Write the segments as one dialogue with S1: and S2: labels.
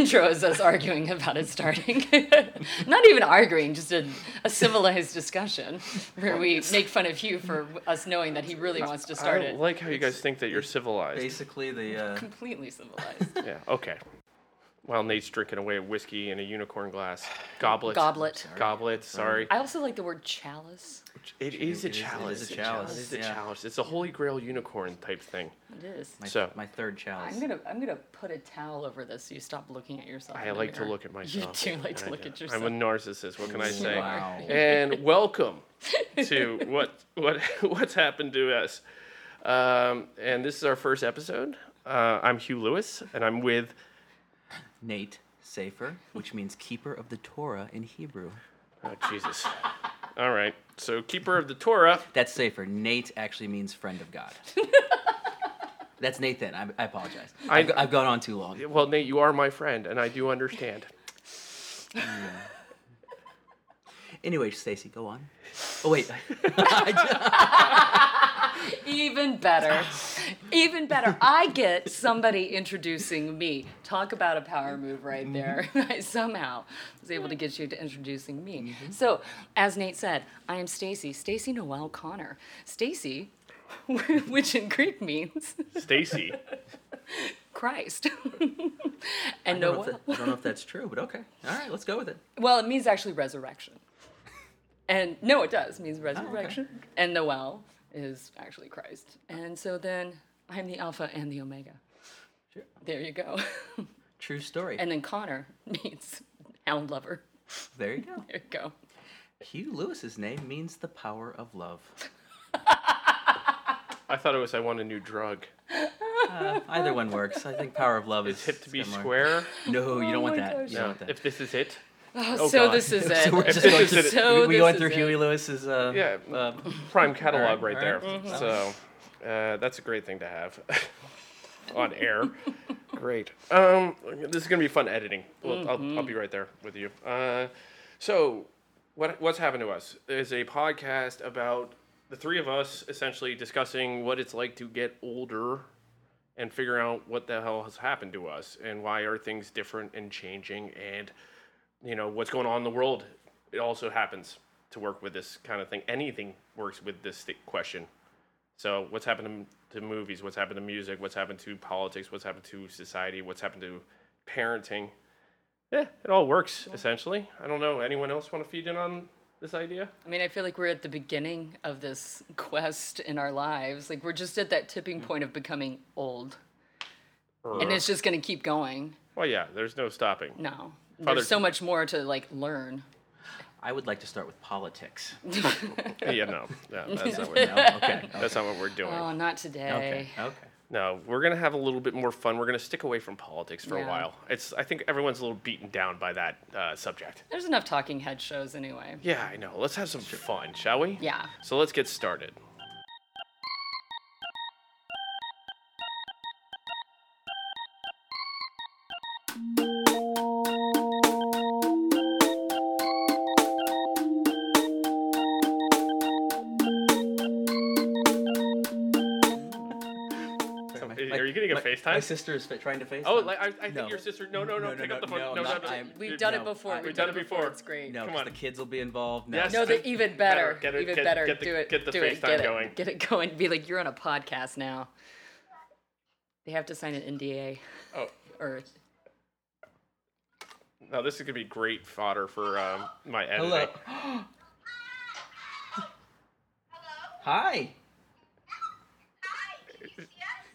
S1: intros us arguing about it starting. Not even arguing, just a, a civilized discussion where we make fun of Hugh for us knowing that he really wants to
S2: I
S1: start
S2: don't
S1: it.
S2: like how you guys think that you're civilized.
S3: Basically, the uh,
S1: Completely civilized.
S2: Yeah. Okay. While Nate's drinking away a whiskey in a unicorn glass goblet.
S1: Goblet.
S2: Goblet. Sorry. Mm.
S1: I also like the word chalice.
S2: It is a
S3: It is- it is a
S2: chalice.
S3: chalice,
S2: It is a
S3: yeah.
S2: chalice. It's a holy grail unicorn type thing.
S1: It is.
S3: my,
S2: So-
S3: my third chalice.
S1: I'm gonna I'm gonna put a towel over this so you stop looking at yourself.
S2: I
S1: in the
S2: like to
S1: mirror.
S2: look at myself.
S1: You do like to
S2: I
S1: look
S2: do.
S1: at yourself.
S2: I'm a narcissist. What can I say?
S3: Wow.
S2: And welcome to what what what's happened to us. Um, and this is our first episode. Uh, I'm Hugh Lewis, and I'm with
S3: Nate Safer, which means keeper of the Torah in Hebrew.
S2: oh, Jesus. All right. So keeper of the Torah.
S3: That's Safer. Nate actually means friend of God. That's Nathan. I, I apologize.
S2: I-
S3: I, have I've gone on too long.
S2: Well, Nate, you are my friend, and I do understand.
S3: Anyway, Stacy, go on. Oh wait, I
S1: Even better. Even better. I get somebody introducing me. Talk about a power move
S3: Mm-hmm.
S1: right there. I somehow was able to get you to introducing me.
S3: Mm-hmm.
S1: So, as Nate said, I am Stacy, Stacy Noel Connor. Stacy, which in Greek means
S2: Stacy.
S1: Christ. and
S3: don't know if
S1: Noel.
S3: that- I don't know if that's true, but okay. All right, let's go with it.
S1: Well, it means actually resurrection. And no, it does. It
S3: Oh,
S1: means resurrection. And Noel is actually Christ. And so then I'm the Alpha and the Omega.
S3: Sure.
S1: There you go.
S3: True story.
S1: and then Connor means hound lover.
S3: there you go.
S1: There you go.
S3: Hugh Lewis's name means the power of love.
S2: I thought it was I want a new drug.
S3: Either one works. I think power of love
S2: It's
S3: is
S2: hip to be
S3: similar.
S2: square.
S3: No, you don't want
S1: Oh my
S3: that.
S1: gosh.
S3: You don't
S2: No,
S3: want that.
S2: if this is it.
S1: Oh, so
S2: God.
S1: this is it.
S3: so we're
S2: If
S3: just
S2: this
S3: going
S2: is it-
S3: to
S1: So
S3: we
S1: this
S3: went through
S1: is
S3: Huey
S1: it.
S3: Lewis's uh,
S2: Yeah,
S3: uh,
S2: prime catalog
S3: Alright,
S2: right there.
S3: alright. Mhm.
S2: So uh, that's a great thing to have on air. great. Um, this is gonna be fun editing. Well, I'll,
S3: Mm-hmm.
S2: I'll be right there with you. Uh, so what what's happened to us is a podcast about the three of us essentially discussing what it's like to get older and figure out what the hell has happened to us and why are things different and changing and you know what's going on in the world it also happens to work with this kind of thing anything works with this th- question so what's happened to, to movies what's happened to music what's happened to politics what's happened to society what's happened to parenting yeah it all works essentially i don't know anyone else want to feed in on this idea
S1: I mean, I feel like we're at the beginning of this quest in our lives. Like we're just at that tipping
S3: Mm.
S1: point of becoming old.
S2: Or-
S1: And it's just going to keep going.
S2: well yeah there's no stopping
S1: No.
S2: Father-
S1: There's so much more to like learn.
S3: I would like to start with politics.
S2: yeah no, no that's, not
S3: No?
S2: what,
S3: Okay. okay.
S2: that's not what we're doing
S1: Oh, not today.
S3: Okay. Okay.
S2: No, we're gonna have a little bit more fun. We're gonna stick away from politics for a
S1: Yeah.
S2: while. It's I think everyone's a little beaten down by that uh, subject.
S1: There's enough talking head shows anyway.
S2: Yeah, I know. Let's have some fun, shall we?
S1: Yeah.
S2: So let's get started.
S3: Sorry, my-
S2: Are you
S3: my-
S2: gonna get
S3: my- My
S2: FaceTime?
S3: sister is fa- trying to FaceTime.
S2: Oh, like, I, I
S3: No.
S2: think your sister. No, no, no.
S3: No, no,
S2: pick up the
S3: no,
S2: phone.
S3: no,
S2: No, no,
S3: not-
S2: no.
S3: I'm-
S1: We've done
S3: No,
S1: it before.
S3: I-
S1: We've done it before. It's great.
S3: No,
S2: Come
S3: 'cause
S2: on.
S3: the kids will be involved. No.
S2: Yes.
S1: No, the even better.
S2: Get it-
S1: even
S2: get-
S1: better.
S2: get the-
S1: do it.
S2: get the
S1: do it.
S2: FaceTime
S1: get it.
S2: going.
S1: Get it going. Be like, you're on a podcast now. They have to sign an NDA
S2: Oh,
S1: or
S2: no, this is gonna be great fodder for um, my editing.
S3: Hello. Hi.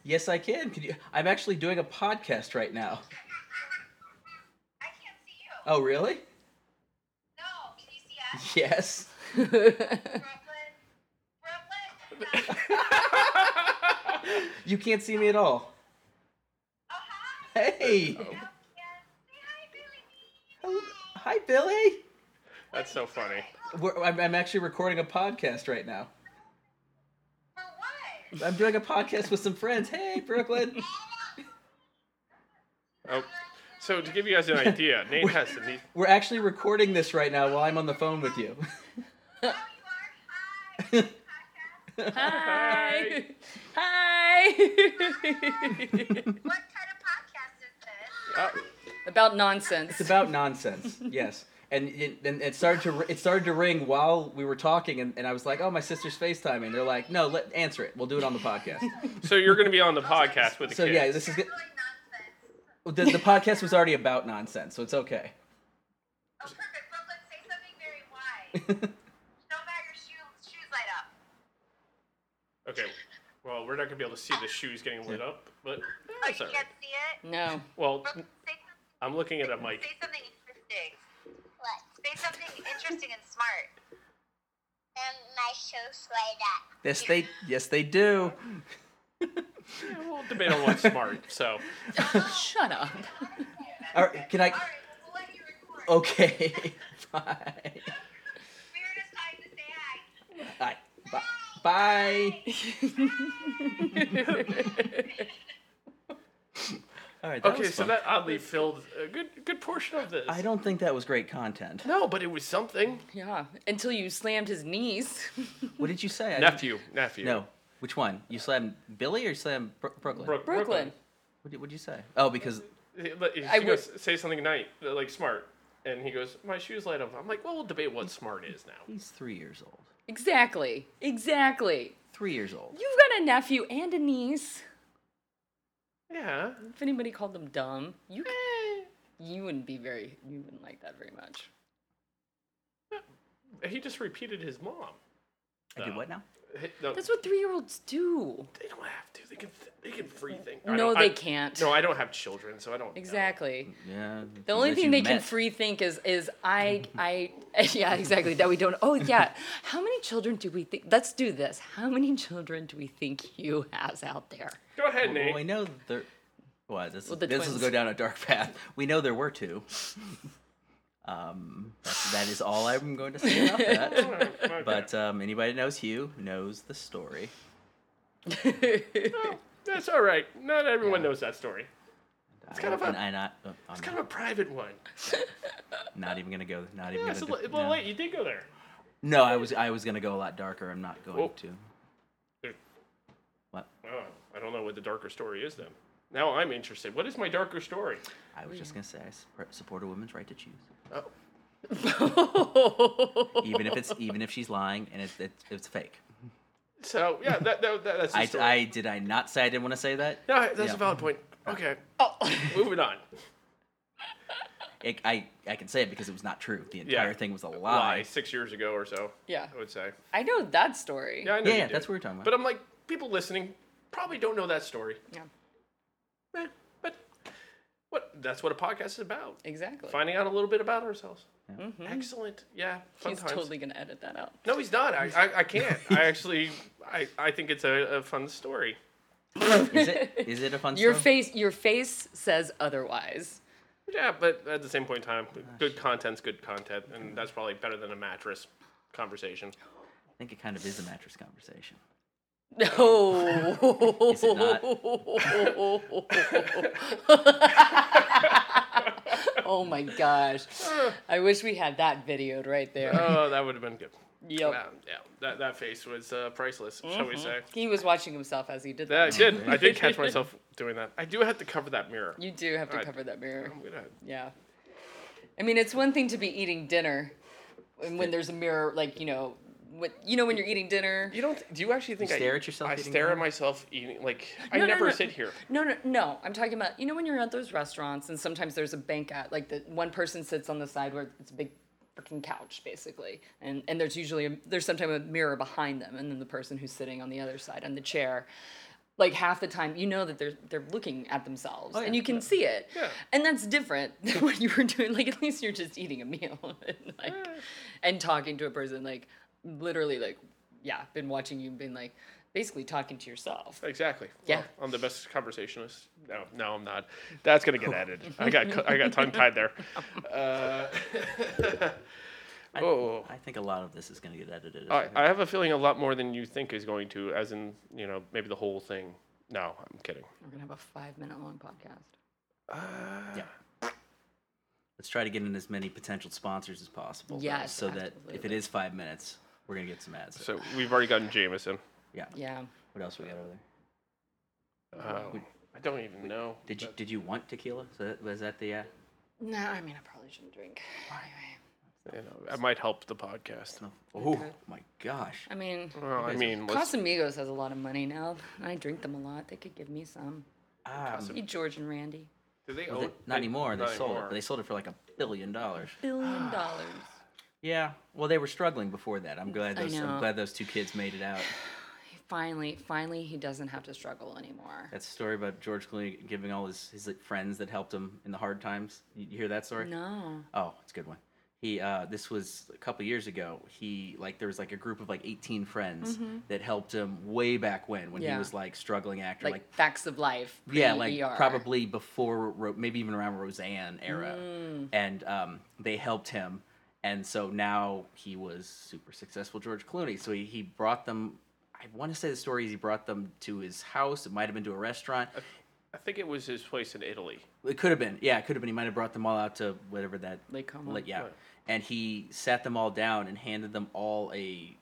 S3: Yes, I can. Can you? I'm actually doing a podcast right now.
S4: I can't see you.
S3: Oh, really?
S4: No, can you see us?
S3: Yes.
S4: Brooklyn? Brooklyn?
S3: You can't see me at all.
S4: Oh, hi.
S3: Hey.
S4: Oh, yes. Say hi, Billy.
S3: Hello. Hi, Billy.
S2: That's so funny.
S3: We're, I'm, I'm actually recording a podcast right now.
S4: For what?
S3: I'm doing a podcast with some friends. Hey, Brooklyn.
S2: Oh, so to give you guys an idea, Nate has to. He,
S3: We're actually recording this right now while I'm on the phone with you.
S4: Oh, you are? Hi.
S1: hi, hi.
S4: What kind of podcast is this?
S2: oh,
S1: about nonsense.
S3: It's about nonsense. yes. And it, and it started to ri- it started to ring while we were talking, and, and I was like, "Oh, my sister's FaceTiming." They're like, "No, let answer it. We'll do it on the podcast."
S2: So you're going to be on the podcast with the
S3: so
S2: kids.
S3: yeah, this is
S4: Sounds
S3: good.
S4: like nonsense.
S3: the, the podcast was already about nonsense, so it's okay.
S4: Oh, perfect. Brooklyn, say something very wise. Don't have your shoe, shoes light up.
S2: Okay. Well, we're not going to be able to see the shoes getting lit up, but
S4: Oh,
S2: that's
S4: you
S2: all right.
S4: can't see it?
S1: No.
S2: Well,
S4: Brooklyn, say something.
S2: I'm looking at a mic.
S4: Say something interesting. What? Say something interesting and smart. And my shoes light up.
S3: Yes, they yes they do.
S2: We'll debate on what's smart. So
S1: Shut up.
S3: All right, can I?
S4: All right, we'll let you record.
S3: Okay, bye.
S4: We were just trying to say hi.
S3: All right, bye. Bye. All right. That
S2: okay,
S3: was
S2: so
S3: fun.
S2: that oddly filled a good good portion of this.
S3: I don't think that was great content.
S2: No, but it was something.
S1: Yeah. Until you slammed his knees.
S3: What did you say? I didn't-
S2: Nephew, nephew.
S3: No. Which one? You slammed Billy or you slammed Bro- Brooklyn?
S2: Brook-
S1: Brooklyn.
S3: What did, what'd you say? Oh, because
S2: He, let- he
S1: I
S2: goes, say something night, like smart, and he goes, "My shoes light up." I'm like, "Well, we'll debate what smart is now."
S3: he's three years old.
S1: Exactly. Exactly.
S3: Three years old.
S1: You've got a nephew and a niece.
S2: Yeah.
S1: If anybody called them dumb, you Eh. you wouldn't be very you wouldn't like that very much.
S2: He just repeated his mom.
S3: I did what now?
S2: Hey, No,
S1: That's what three year olds do.
S2: they don't have to. They can. Th- they can free think. I
S1: No,
S2: don't-
S1: they
S2: I-
S1: can't.
S2: No, I don't have children, so I don't. know.
S1: Exactly.
S3: Yeah.
S1: The only thing they can free think is is I I yeah exactly that we don't oh yeah how many children do we think let's do this how many children do we think Hugh has out there
S2: Go ahead,
S3: Well,
S2: Nate.
S3: we know there. Well, this
S1: Well,
S3: is
S1: the
S3: this will
S1: twins.
S3: go down a dark path. We know there were two. um, that's, that is all I'm going to say about that.
S2: Oh, okay.
S3: But um, anybody that knows Hugh knows the story.
S2: that's all right. Not everyone knows that story.
S3: It's
S2: kind of a-
S3: and I not. uh, I'm
S2: It's kind of a private one.
S3: not even gonna go. Not even
S2: Yeah,
S3: gonna.
S2: so,
S3: do-
S2: li- well,
S3: no.
S2: wait, you did go there.
S3: no, I was I was gonna go a lot darker. I'm not going
S2: Well-
S3: to. What?
S2: Oh, I don't know what the darker story is then. Now I'm interested. What is my darker story?
S3: I was just gonna say I sup- support a woman's right to choose,
S2: Oh,
S3: even if it's even if she's lying and it's it's, it's fake.
S2: so yeah, that, that, that that's. The
S3: I,
S2: story.
S3: I did I not say I didn't want to say that.
S2: no, that's
S3: yeah.
S2: a valid point. Okay,
S1: oh
S2: moving on.
S3: It, I I can say it because it was not true. The
S2: Yeah.
S3: entire thing was a lie.
S2: Lie six years ago or so.
S1: Yeah.
S2: I would say.
S1: I know that story
S2: Yeah, I know.
S3: Yeah,
S2: you
S3: yeah,
S2: do.
S3: that's what we're talking about.
S2: But I'm like, people listening probably don't know that story.
S1: Yeah,
S2: Eh, but what? That's what a podcast is about.
S1: exactly
S2: Finding out a little bit about ourselves. Excellent. Yeah. Fun
S1: Mm-hmm. he's
S2: times.
S1: totally gonna edit that out
S2: No, he's not. I, I, I can't. I actually, I, I think it's a, a fun story.
S3: Is it is it a fun
S1: your
S3: story?
S1: face your face says otherwise
S2: Yeah, but at the same point in
S3: Oh
S2: time, good content's good content, and that's probably better than a mattress conversation.
S3: I think it kind of is a mattress conversation.
S1: no
S3: Is it not?
S1: oh my gosh I wish we had that videoed right there
S2: Oh, that would have been good.
S1: yep
S2: Wow, yeah, that, that face was uh, priceless, shall we say?
S1: he was watching himself as he did
S2: Yeah, I
S1: that
S2: did. I did catch myself doing that. I do have to cover that mirror.
S1: you do have to
S2: I-
S1: cover that mirror
S2: I'm gonna.
S1: Yeah. I mean, it's one thing to be eating dinner and when there's a mirror, like, you know, what, you know, when you're eating dinner.
S2: You don't? Do you actually think I
S3: stare at yourself
S2: I
S3: eating
S2: stare at
S3: dinner?
S2: myself eating. Like I
S1: No, no,
S2: never
S1: no.
S2: sit here.
S1: No, no, no. I'm talking about, you know, when you're at those restaurants and sometimes there's a bank at, like, the one person sits on the side where it's a big freaking couch, basically. And, and there's usually, a, there's sometimes a mirror behind them and then the person who's sitting on the other side on the chair. Like half the time, you know that they're they're looking at themselves, and
S3: Oh, yeah.
S1: you can see it,
S2: Yeah.
S1: and that's different than what you were doing. Like at least you're just eating a meal, and like, and talking to a person. Like literally, like yeah, been watching you, been like basically talking to yourself.
S2: Exactly.
S1: Yeah.
S2: Well, I'm the best conversationalist. No, no, I'm not. That's gonna get edited. I got cu- I got tongue tied there. Uh,
S3: I,
S2: Whoa.
S3: I think a lot of this is going to get edited. as
S2: I,
S3: well.
S2: I have a feeling a lot more than you think is going to, as in you know maybe the whole thing. No, I'm kidding.
S1: We're gonna have a five minute long podcast.
S3: yeah. Let's try to get in as many potential sponsors as possible. though,
S1: Yes,
S3: so that if it
S1: absolutely.
S3: is five minutes, we're going to get some ads.
S2: So we've already gotten Jameson.
S3: yeah.
S1: Yeah.
S3: What else we got over there? Oh,
S2: Um, I don't even know.
S3: Did you did you want tequila? So that, was that the uh,
S1: No, I mean, I probably shouldn't drink. Anyway.
S2: You know, that might help the podcast.
S3: Oh my gosh.
S1: I mean,
S2: Well, I mean, let's,
S1: Casamigos has a lot of money now. I drink them a lot. They could give me some.
S3: Um,
S1: Eat George and Randy.
S2: do they
S3: well,
S2: own?
S3: they- Oh, not anymore. They
S2: not
S3: sold
S2: anymore.
S3: it. They sold it for like a billion dollars. Ah.
S1: Billion dollars.
S3: Yeah. Well, they were struggling before that. I'm glad
S1: I
S3: those. I'm
S1: know.
S3: glad those two kids made it out.
S1: Finally, finally, he doesn't have to struggle anymore.
S3: That's a story about George Clooney giving all his his like, friends that helped him in the hard times. You, you hear that story?
S1: No.
S3: Oh, it's a good one. He uh, this was a couple years ago. He like there was like a group of like 18 friends that helped him way back when when he
S1: Mm-hmm. Yeah.
S3: was like struggling actor
S1: Like,
S3: like
S1: facts of life.
S3: yeah, like
S1: pre-ER.
S3: probably before, Ro- maybe even around Roseanne era, and um, they helped him, and so now he was super successful George Clooney. So he, he brought them. I want to say the story is he brought them to his house. It might have been to a restaurant.
S2: I think it was his place in Italy.
S3: It could have been. Yeah, it could have been. He might have brought them all out to whatever that.
S1: Lake Como.
S3: like, yeah,
S2: Right.
S3: and he sat them all down and handed them all a.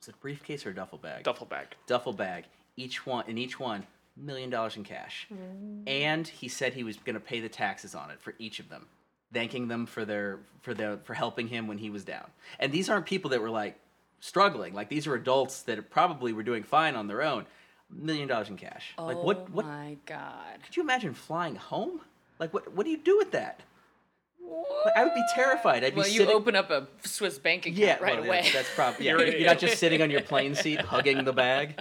S3: Was it a briefcase or a duffel bag?
S2: Duffel bag.
S3: duffel bag, each one in each one, million dollars in cash.
S1: Mm.
S3: And he said he was gonna pay the taxes on it for each of them, thanking them for their for their for helping him when he was down. And these aren't people that were like struggling. Like these are adults that probably were doing fine on their own. Million dollars in cash. like what
S1: Oh
S3: what
S1: my God.
S3: could you imagine flying home? Like what what do you do with that? Like, I would be terrified. I'd be
S1: Well, you
S3: sitting
S1: open up a Swiss bank account
S3: yeah,
S1: right
S3: well,
S1: away.
S3: That's, that's probably yeah. You're not just sitting on your plane seat hugging the bag.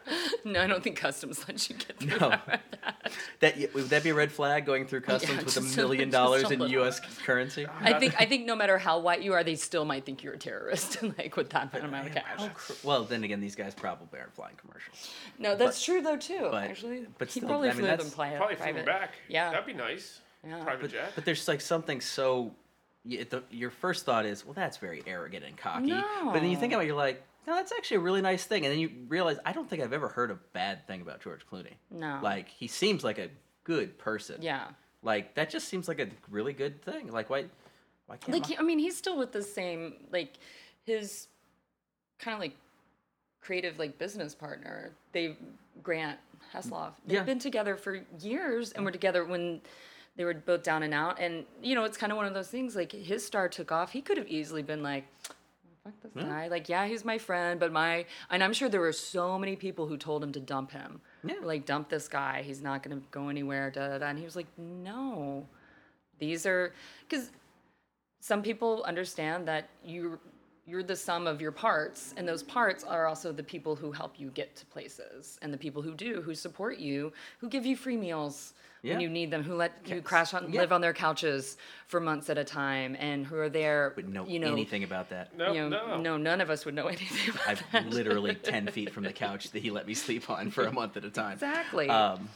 S1: no, I don't think customs lets you get through
S3: No.
S1: that.
S3: That y- would that be a red flag going through customs with a
S1: just a-
S3: million
S1: just
S3: dollars
S1: a
S3: in
S1: little.
S3: U.S. currency?
S1: I think I think no matter how white you are, they still might think you're a terrorist, like with that amount of
S3: Oh,
S1: cash.
S3: cr- Well, then again, these guys probably aren't flying commercials.
S1: No, that's true though too.
S3: but-
S1: actually,
S3: but
S1: he
S3: still,
S1: probably
S3: I mean,
S1: flew them
S3: that's-
S1: pli-
S2: Probably flew
S1: private.
S2: him back.
S1: Yeah,
S2: that'd be nice.
S1: Yeah.
S2: Private
S3: But,
S2: jet.
S3: but there's like something so. You, the, your first thought is, well, that's very arrogant and cocky. But then you think
S1: No.
S3: about, it, you're like, no, that's actually a really nice thing. And then you realize, I don't think I've ever heard a bad thing about George Clooney.
S1: No.
S3: Like he seems like a good person.
S1: yeah.
S3: Like that just seems like a really good thing. Like why, why can't
S1: Like
S3: my-
S1: he, I mean, he's still with the same like his kind of like creative like business partner. They Grant Hesloff. They've
S3: Yeah.
S1: been together for years, and were together when they were both down and out. And you know, it's kind of one of those things. Like his star took off. He could have easily been like. Fuck this guy. Like, yeah, he's my friend, but my and I'm sure there were so many people who told him to dump him.
S3: Yeah.
S1: Like, dump this guy. He's not gonna go anywhere. Da da da. And he was like, no. These are because some people understand that you you're the sum of your parts and those parts are also the people who help you get to places and the people who do who support you who give you free meals
S3: Yeah.
S1: when you need them who let you
S3: Yes.
S1: crash on
S3: Yeah.
S1: live on their couches for months at a time and who are there
S3: would know
S1: you know
S3: anything about that?
S2: no,
S1: you know,
S2: no,
S1: no none of us would know anything about
S3: I've
S1: that.
S3: literally 10 feet from the couch that he let me sleep on for a month at a time.
S1: exactly
S3: Um,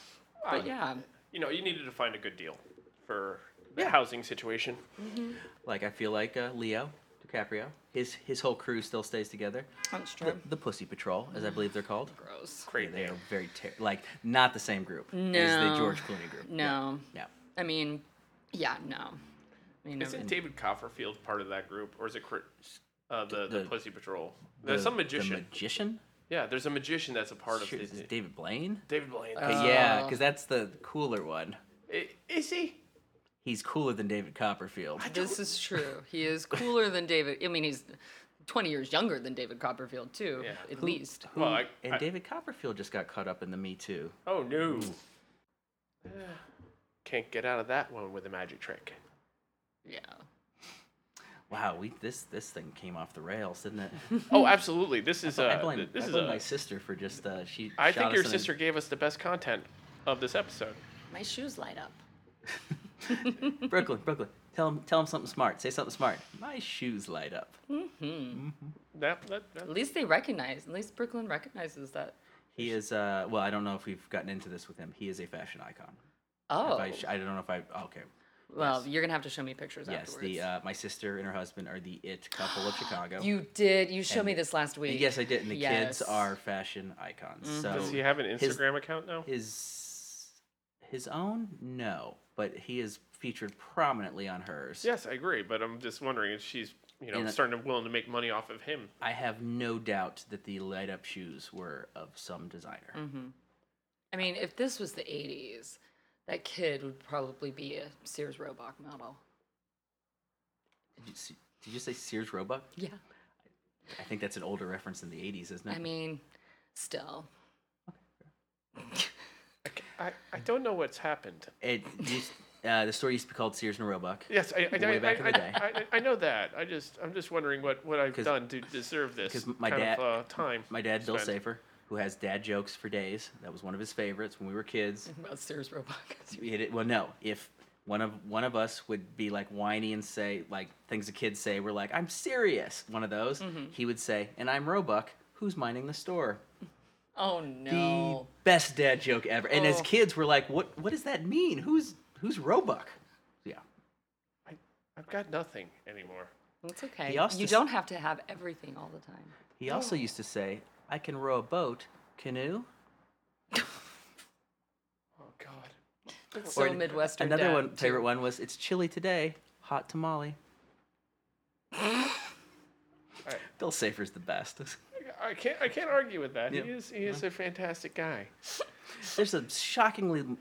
S1: but yeah
S2: Ah, You know, you needed to find a good deal for the housing situation.
S3: like, I feel like uh, Leo DiCaprio, his, his whole crew still stays together.
S1: that's true
S3: The Pussy Patrol, as I believe they're called.
S1: gross
S2: Great
S3: They
S2: name.
S3: are very, ter- like, not the same group as the
S1: No.
S3: George Clooney group.
S1: no
S3: Yeah.
S1: i mean yeah no I mean,
S2: Isn't David Cofferfield part of that group, or is it Cri- uh, the, the
S3: The-
S2: Pussy Patrol?
S3: The-
S2: There's some
S3: the
S2: magician.
S3: magician?
S2: yeah, there's a magician that's a part
S3: Sure,
S2: of
S3: is
S2: it.
S3: it Uh, David Blaine?
S2: David Blaine.
S3: Okay,
S1: Uh.
S3: yeah, because that's the cooler one.
S2: I- Is he?
S3: He's cooler than David Copperfield.
S1: This is true. He is cooler than David. I mean, he's 20 years younger than David Copperfield, too,
S2: Yeah.
S1: at least.
S2: Well, I,
S3: and
S2: I-
S3: David Copperfield just got caught up in the Me Too.
S2: oh no. Yeah. Can't get out of that one with a magic trick.
S1: Yeah.
S3: Wow, we this this thing came off the rails, didn't it?
S2: Oh, absolutely. This is
S3: I
S2: uh,
S3: blame,
S2: th- this
S3: I
S2: is
S3: blame
S2: a-
S3: my sister for just uh, she.
S2: I
S3: shot
S2: think
S3: us
S2: your
S3: in a-
S2: sister gave us the best content of this episode.
S1: My shoes light up.
S3: Brooklyn, Brooklyn. Tell him, tell him something smart. Say something smart. My shoes light up.
S2: That, that, that-
S1: At least they recognize, at least Brooklyn recognizes that.
S3: He is. Uh, well, I don't know if we've gotten into this with him. He is a fashion icon. If
S1: Oh,
S3: I, sh- I don't know if I. oh, Okay.
S1: well, you're going to have to show me pictures
S3: Yes,
S1: afterwards.
S3: the uh, my sister and her husband are the it couple of Chicago.
S1: you did. You showed
S3: and-
S1: me this last week.
S3: yes, I did. And the
S1: Yes. Mm-hmm.
S3: kids are fashion icons. So
S2: does he have an
S3: his-
S2: Instagram account now?
S3: His his own? No, but he is featured prominently on hers.
S2: Yes, I agree, but I'm just wondering if she's you know
S3: In a-
S2: starting to willing to make money off of him.
S3: I have no doubt that the light up
S2: Mm.
S3: shoes were of some designer.
S1: I mean, if this was the 80s, That kid would probably be a Sears Roebuck model.
S3: Did you, see, did you say Sears Roebuck?
S1: Yeah.
S3: I think that's an older reference than the 80s, isn't it?
S1: I mean, still.
S2: I, I don't know what's happened.
S3: it used, uh, the store used to be called Sears and Roebuck.
S2: Yes, I I,
S3: Way
S2: I,
S3: back in
S2: I,
S3: the day.
S2: I, I, I know that. I just I'm just wondering what, what I've
S3: 'Cause-
S2: done to deserve this
S3: 'cause my
S2: kind
S3: dad-
S2: of uh, time.
S3: My dad, Bill
S2: spent.
S3: Safer, who has dad jokes for days, that was one of his favorites when we were kids.
S1: About Sears Roebuck.
S3: We hit it- well, no, if one of one of us would be like whiny and say like things the kids say, we're like, "I'm serious." One of those,
S1: Mm-hmm.
S3: he would say, "And I'm Roebuck, who's minding the store."
S1: Oh no.
S3: The best dad joke ever. And as
S1: Oh.
S3: kids, we're like, "What? What does that mean? Who's who's Roebuck?" Yeah.
S2: I, I've got nothing anymore.
S1: That's okay.
S3: He also
S1: You
S3: s-
S1: don't have to have everything all the time.
S3: He also used to say, "I can row a boat, canoe."
S2: Oh God.
S1: That's so
S3: an-
S1: Midwestern.
S3: Another
S1: dad,
S3: one,
S1: too.
S3: favorite one was, "It's chilly today, hot tamale."
S2: All right.
S3: Bill Safer's the best.
S2: I can't I can't argue with that.
S3: Yeah.
S2: He is he is a fantastic guy.
S3: There's a shockingly l-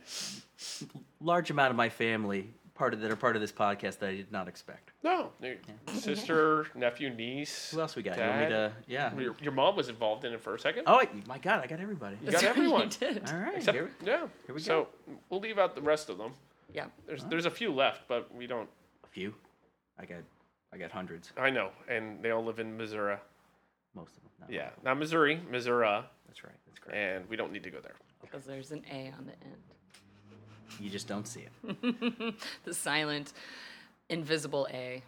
S3: large amount of my family part of that are part of this podcast that I did not expect.
S2: No, there- sister, nephew, niece.
S3: Who else we got? You want me
S2: Dad.
S3: to- yeah.
S2: Your, your mom was involved in it for a second.
S3: Oh I- my God, I got everybody.
S2: You got everyone.
S1: you did.
S3: All right.
S2: Except,
S3: here we-
S2: yeah.
S3: here we
S2: so we'll leave out the rest of them.
S1: Yeah.
S2: There's there's a few left, but we don't.
S3: a few. I got, I got hundreds.
S2: I know, and they all live in Missouri.
S3: Most of them. No,
S2: Yeah, not Missouri, Missouri,
S3: That's right. That's correct.
S2: and we don't need to go there.
S1: Because there's an A on the end.
S3: You just don't see it.
S1: The silent, invisible A.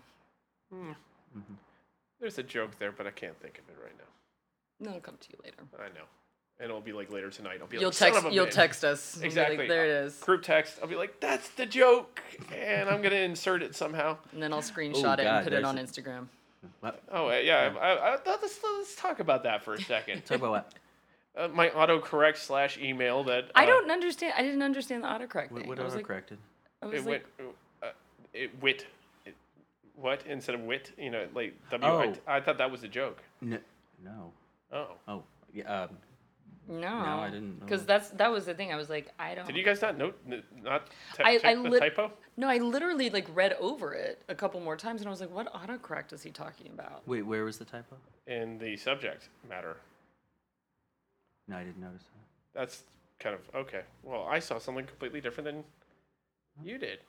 S2: There's a joke there, but I can't think of it right now.
S1: No, it'll come to you later.
S2: I know, and it'll be like later tonight. I'll be
S1: You'll
S2: like, "Son
S1: text.
S2: of a
S1: You'll
S2: bitch."
S1: text us. and be like,
S2: Exactly.
S1: there it is.
S2: Group text. I'll be like, "That's the joke," and I'm gonna insert it somehow.
S1: And then I'll screenshot it
S3: God,
S1: and put it
S3: there's
S1: on
S3: a-
S1: Instagram.
S3: What?
S2: Oh uh, yeah, I, I, I, let's let's talk about that for a second.
S3: Talk about what?
S2: uh, my autocorrect slash email that uh,
S1: I don't understand. I didn't understand the autocorrect
S3: What,
S1: thing.
S3: what
S1: I was
S3: auto
S1: like,
S3: corrected?
S1: I was
S2: It
S1: like,
S2: went. Uh, it wit. It, what instead of wit? You know, like W. I
S3: Oh.
S2: I thought that was a joke.
S3: No. No.
S2: Oh,
S3: Oh. Yeah. Um,
S1: no,
S3: I didn't know.
S1: Because that's that was the thing. I was like, I don't.
S2: did you guys not note n- not te-
S1: I-
S2: check
S1: I
S2: the
S1: lit-
S2: typo?
S1: No, I literally like read over it a couple more times, and I was like, what autocorrect is he talking about?
S3: wait. Where was the typo?
S2: in the subject matter.
S3: No, I didn't notice that.
S2: That's kind of okay. Well, I saw something completely different than you did.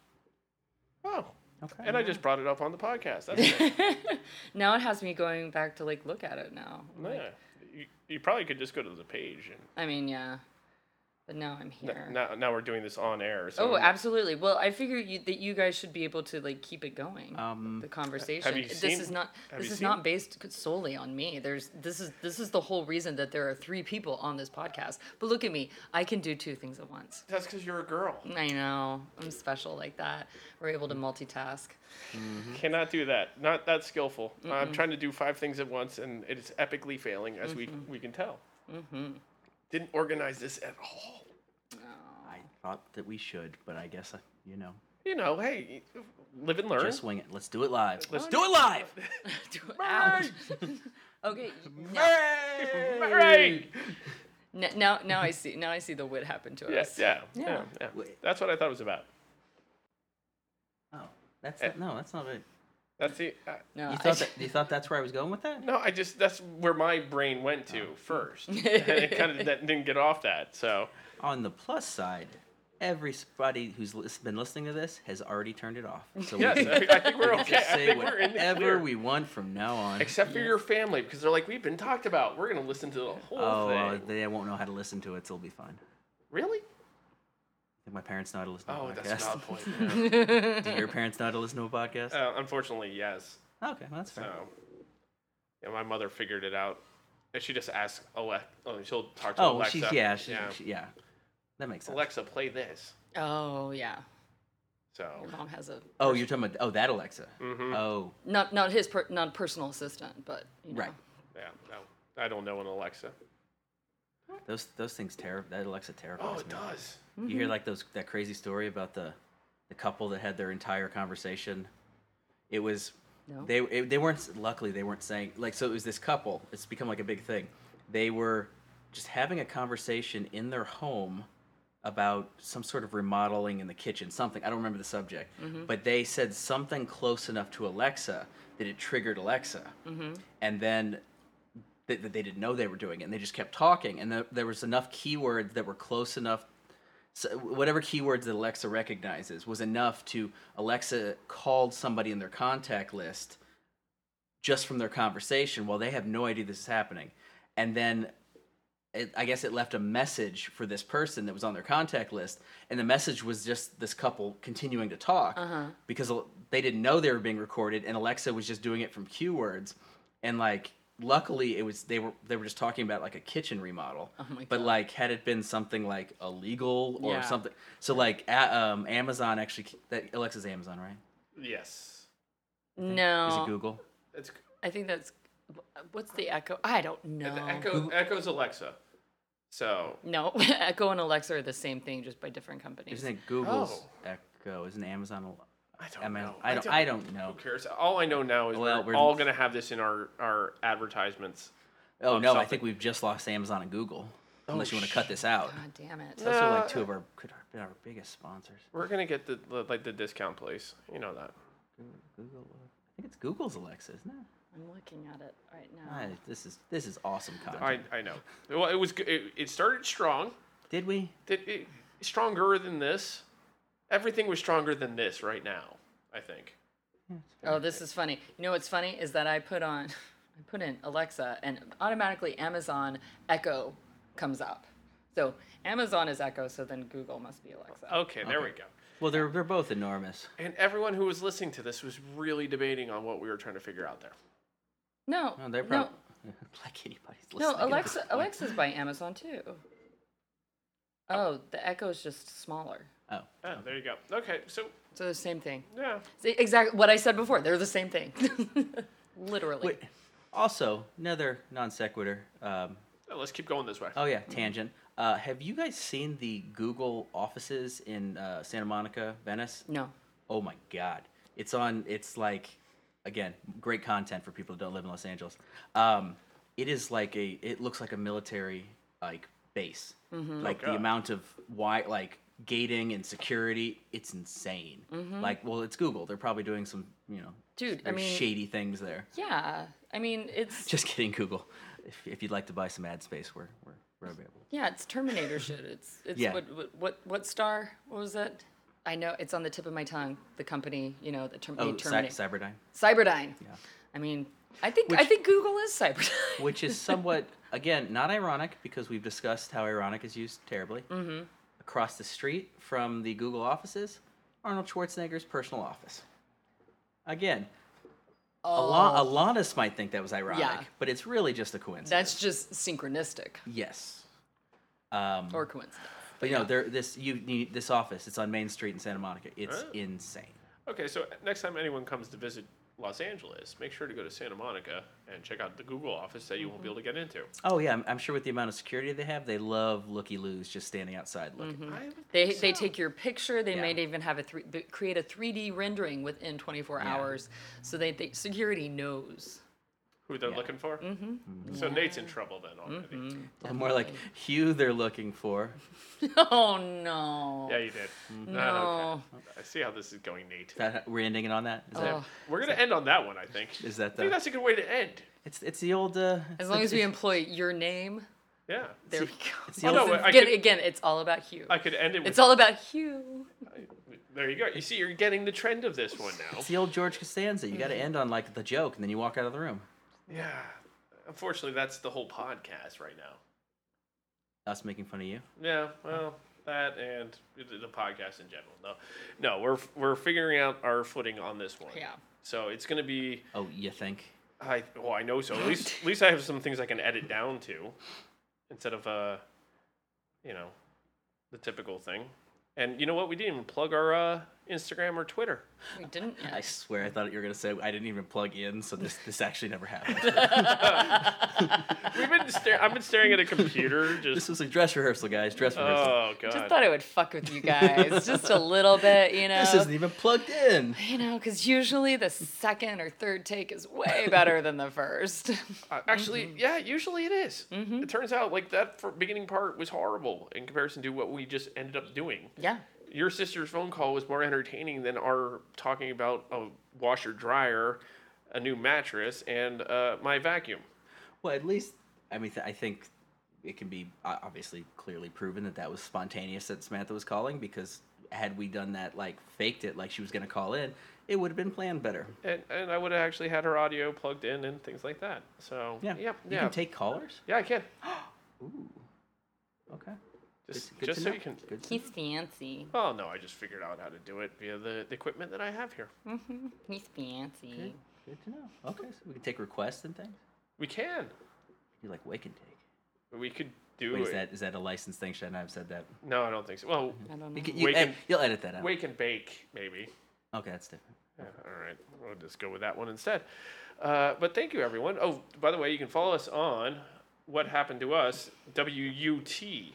S2: Oh,
S3: Okay.
S2: and I just brought it up on the podcast. That's good.
S1: Now it has me going back to like look at it now. Like,
S2: yeah. You, you probably could just go to the page and
S1: I mean, yeah, but now I'm here.
S2: now, now we're doing this on air. So
S1: Oh, absolutely. Well, I figure you, that you guys should be able to like keep it going.
S3: Um,
S1: the conversation.
S2: you
S1: this
S2: seen-
S1: is not
S2: have
S1: this
S2: you
S1: is
S2: seen-
S1: not based solely on me. There's this is this is the whole reason that there are three people on this podcast. But look at me. I can do two things at once.
S2: that's because you're a girl.
S1: I know. I'm special like that. We're able to multitask. Mm-hmm.
S2: Cannot do that. Not that skillful. I'm trying to do five things at once, and it's epically failing, as
S1: Mm-hmm.
S2: we we can tell. Didn't organize this at all.
S3: I thought that we should, but I guess I, you know,
S2: You know, hey, live and learn.
S3: just swing it. Let's do it live. Let's
S2: Oh,
S3: do it live.
S1: Ouch. okay. Now,
S3: Hooray!
S2: All right.
S1: n- now now I see now I see the wit happen to
S2: Yeah,
S1: us.
S2: yeah,
S1: Yeah.
S2: yeah, yeah.
S3: Wait.
S2: That's what I thought it was about.
S3: Oh, that's not, no, that's not it.
S2: That's the. Eh. Uh,
S1: No,
S3: You
S1: I-
S3: thought that you thought that's where I was going with that?
S2: no, I just that's where my brain went to
S3: Oh.
S2: first, and it kind of that didn't get off that. So
S3: On the plus side, everybody who's lis- been listening to this has already turned it off. So
S2: yes,
S3: we can
S2: I, I think we're
S3: just
S2: okay. I
S3: say
S2: think we're in the clear.
S3: whatever we want from now on.
S2: Except for your family, because they're like, we've been talked about. We're gonna listen to the whole
S3: oh, uh,
S2: thing.
S3: they won't know how to listen to it, so it'll be fine. I
S2: Really?
S3: think my parents know how to listen to
S2: Oh,
S3: a podcast.
S2: that's not a point.
S3: Do your parents know how to listen to a podcast?
S2: Uh, unfortunately, yes.
S3: okay, that's
S2: Uh, So,
S3: fair.
S2: yeah, my mother figured it out. And She just asks Alexa. Oh, she'll talk to
S3: oh,
S2: Alexa.
S3: she's yeah, she's,
S2: yeah.
S3: yeah, yeah. That makes sense.
S2: Alexa, play this.
S1: oh yeah.
S2: So
S1: Your mom has a
S3: Oh, you're talking about oh that Alexa.
S2: Mm-hmm.
S3: Oh,
S1: not not his per, not personal assistant, but you know.
S3: right.
S2: yeah, no, I don't know an Alexa. oh,
S3: Those those things terror that Alexa terrifies
S2: Oh, it
S3: me.
S2: does.
S3: You hear like those that crazy story about the the couple that had their entire conversation. It was
S1: No.
S3: they it, they weren't luckily they weren't saying like so it was this couple. It's become like a big thing. They were just having a conversation in their home about some sort of remodeling in the kitchen, something. I don't remember the subject, but they said something close enough to Alexa that it triggered Alexa. And then that that they didn't know they were doing it and they just kept talking and there, there was enough keywords that were close enough so whatever keywords that alexa recognizes was enough to alexa called somebody in their contact list just from their conversation while they have no idea this is happening and then it, i guess it left a message for this person that was on their contact list and the message was just this couple continuing to talk because al- they didn't know they were being recorded and alexa was just doing it from keywords and like luckily it was they were they were just talking about like a kitchen remodel
S1: my
S3: but like had it been something like illegal or
S1: Yeah.
S3: something so like a, um, amazon actually that alexa's amazon right
S2: Yes.
S3: is
S1: No.
S3: it google
S2: It's
S1: I think that's what's the echo? I don't know.
S3: Um,
S2: the Echo Echo's Alexa. So
S1: No, Echo and Alexa are the same thing, just by different companies.
S3: Isn't it Google's Echo? Isn't Amazon? a-
S2: I don't
S3: I mean,
S2: know.
S3: I don't- I don't know.
S2: Who cares? All I know now is
S3: Well,
S2: we're,
S3: we're-
S2: all gonna have this in our our advertisements.
S3: Oh
S2: Um,
S3: no, I
S2: something.
S3: think we've just lost Amazon and Google. Unless you want to cut this out.
S1: God damn it.
S3: Those are
S2: No,
S3: like two of our could have been our biggest sponsors.
S2: We're gonna get the, the like the discount place. You know that.
S3: Google, Google. uh, I think it's Google's Alexa, isn't it?
S1: I'm looking at it right now.
S3: Ah, this is this is awesome content.
S2: I I know. Well, it was g- it, it started strong.
S3: Did we?
S2: It, it, stronger than this. Everything was stronger than this right now. I think.
S1: Oh, this is funny. You know what's funny is that I put on, I put in Alexa, and automatically Amazon Echo comes up. So Amazon is Echo, so then Google must be Alexa.
S3: Oh.
S2: Okay, there we go.
S3: Well, they're they're both enormous.
S2: And everyone who was listening to this was really debating on what we were trying to figure out there.
S1: No,
S3: No,
S1: no,
S3: Oh, they're probably like anybody's listening.
S1: no,
S3: at this
S1: Alexa,
S3: point.
S1: Alexa's by Amazon too. Oh, the Echo is just smaller.
S3: Oh,
S2: Oh, there you go. Okay, so
S1: So the same thing.
S2: yeah,
S1: See, exactly what I said before. They're the same thing. Literally.
S3: wait. Also, another non sequitur. Um,
S2: Oh, let's keep going this way.
S3: Oh yeah,
S1: Mm-hmm.
S3: tangent. Uh, have you guys seen the Google offices in uh, Santa Monica, Venice?
S1: No.
S3: Oh my God, it's on. It's like, again, great content for people who don't live in Los Angeles. Um, it is like a. It looks like a military like base.
S1: Mm-hmm.
S3: Like the
S2: God.
S3: amount of why like gating and security, it's insane. Like, well, it's Google. They're probably doing some you know
S1: Mm-hmm. Dude, I
S3: very
S1: mean-
S3: shady things there.
S1: Yeah. I mean, it's
S3: Just kidding, Google. If, if you'd like to buy some ad space, we're we're, we're available.
S1: Yeah, it's Terminator shit. It's it's
S3: Yeah.
S1: what, what what what star? What was it? I know it's on the tip of my tongue. The company, you know, the term
S3: Oh,
S1: they
S3: Cy-
S1: terminate
S3: Cyberdyne.
S1: Cyberdyne. Yeah. I mean, I think I
S3: Which-
S1: think Google is Cyberdyne.
S3: which is somewhat again not ironic because we've discussed how ironic is used terribly mm-hmm. across the street from the google offices arnold schwarzenegger's personal office again Ala- alanis might think that was ironic
S1: Oh. Yeah.
S3: but it's really just a coincidence
S1: That's just synchronistic
S3: yes um,
S1: or coincidence.
S3: but you know there this you need this office it's on main street in santa monica it's
S2: Oh.
S3: insane
S2: Okay, so next time anyone comes to visit Los Angeles, make sure to go to Santa Monica and check out the Google office that you won't be able to get into.
S3: oh yeah I'm, I'm sure with the amount of security they have they love looky loos just standing outside looking
S1: Mm-hmm.
S2: I would
S1: They
S2: think
S1: they
S2: so.
S1: take your picture. They
S3: Yeah.
S1: might even have a three, b- create a 3D rendering within 24
S3: Yeah.
S1: hours, so they, they security knows.
S2: who they're
S3: Yeah.
S2: looking for. Mm-hmm. So Nate's in trouble then already.
S1: Mm-hmm.
S3: more like hue they're looking for
S1: Oh no. Oh,
S2: Yeah, you did. Ah,
S1: No.
S2: okay. I see how this is going, Nate.
S3: That- we're ending it on that Is that-
S1: Oh.
S2: We're gonna end on that one, I think.
S3: Is that
S2: I think
S3: the-
S2: that's a good way to end.
S3: It's it's the old. Uh,
S1: As long
S3: it's-
S1: as we
S3: it's-
S1: employ your name,
S2: Yeah.
S1: there we
S3: It's
S1: go.
S3: the- it's the
S2: Oh, no,
S3: old-
S2: I
S1: again,
S2: could-
S1: again, it's all about Hugh.
S2: I could end it with.
S1: It's all about Hugh.
S2: there you go. You see, you're getting the trend of this one now.
S3: it's the old George Costanza. You got
S1: Mm-hmm.
S3: to end on like the joke, and then you walk out of the room.
S2: Yeah. Unfortunately, that's the whole podcast right now.
S3: Us making fun of you.
S2: Yeah, well, that and the the podcast in general. No, no, we're we're figuring out our footing on this one.
S1: Yeah.
S2: So it's gonna be.
S3: Oh, you think?
S2: I well, I know so. At least at least I have some things I can edit down to, instead of uh, you know, the typical thing. And you know what? We didn't even plug our uh Instagram or Twitter.
S1: We didn't.
S3: I
S1: yet.
S3: swear I thought you were gonna say I didn't even plug in, so this this actually never happened.
S2: We've been sta- I've been staring at a computer
S3: this
S2: just.
S3: was a dress rehearsal, guys. Dress rehearsal.
S2: Oh god.
S1: Just thought it would fuck with you guys just a little bit, you know.
S3: this isn't even plugged in.
S1: you know, because usually the second or third take is way better than the first.
S2: Uh, actually,
S1: Mm-hmm.
S2: yeah, usually it is. It turns out like that for beginning part was horrible in comparison to what we just ended up doing.
S1: yeah.
S2: Your sister's phone call was more entertaining than our talking about a washer dryer, a new mattress, and uh, my vacuum.
S3: Well, at least I mean th- I think it can be o- obviously clearly proven that that was spontaneous that Samantha was calling because had we done that like faked it like she was gonna call in, it would have been planned better.
S2: And, and I would have actually had her audio plugged in and things like that. So
S3: Yeah.
S2: yep,
S3: You
S2: yeah,
S3: can take callers.
S2: yeah, I can.
S3: Ooh. Okay.
S2: Just,
S3: Good- good
S2: just
S3: to
S2: so
S3: know.
S2: you can.
S3: Good to
S1: He's fancy.
S2: Oh no, I just figured out how to do it via the, the equipment that I have here.
S1: He's fancy.
S3: Good, good to know. Okay, so we can take requests and things.
S2: We can.
S3: You like wake and take.
S2: We could do
S3: Wait,
S2: it.
S3: is that is that a licensed thing? Should I not have said that?
S2: No, I don't think so. Well,
S1: I don't know.
S3: You, can- you,
S2: Wake
S3: ed-
S2: and-
S3: you'll edit that out.
S2: wake and bake maybe.
S3: Okay, that's different.
S2: Yeah, all right, we'll just go with that one instead. Uh, but thank you, everyone. Oh, by the way, you can follow us on What Happened to Us, W U T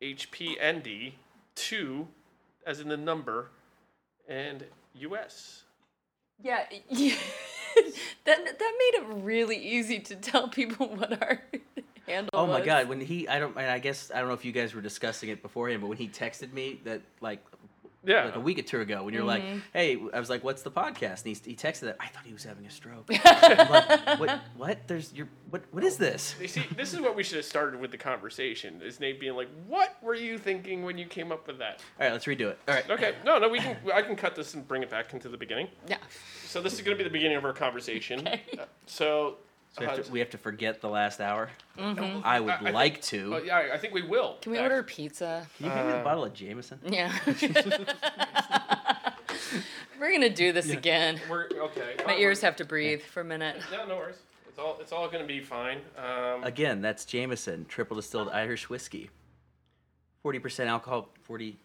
S2: H P N D, 2, as in the number, and US.
S1: Yeah. yeah. that, that made it really easy to tell people what our handle
S3: Oh my
S1: was.
S3: god, when he I don't and I guess I don't know if you guys were discussing it beforehand, but when he texted me that like
S2: Yeah.
S3: like a week or two ago when you're like, "Hey," I was like, "What's the podcast?" And he, he texted that. I thought he was having a stroke. I'm like, what? What? There's your what? What is this?
S2: You see, this is what we should have started with the conversation. Is Nate being like, "What were you thinking when you came up with that?"
S3: All right, let's redo it. All right.
S2: Okay, no, no, we can. I can cut this and bring it back into the beginning.
S1: Yeah.
S2: So this is going to be the beginning of our conversation. Uh, so,
S3: So we, have
S2: uh,
S3: to, we have to forget the last hour. I would
S2: I- I think- Oh,
S3: like to.
S2: well, yeah, I- I think we will.
S1: Can we
S2: actually.
S1: order pizza?
S3: Can you hand
S2: uh,
S3: me the bottle of Jameson?
S1: Yeah. We're going to do this again.
S2: We're okay.
S1: My
S2: Uh,
S1: ears have to breathe for a minute.
S2: No, no worries. It's all it's all gonna be fine. Um,
S3: Again, that's Jameson, triple distilled Irish whiskey. Forty percent alcohol. Forty.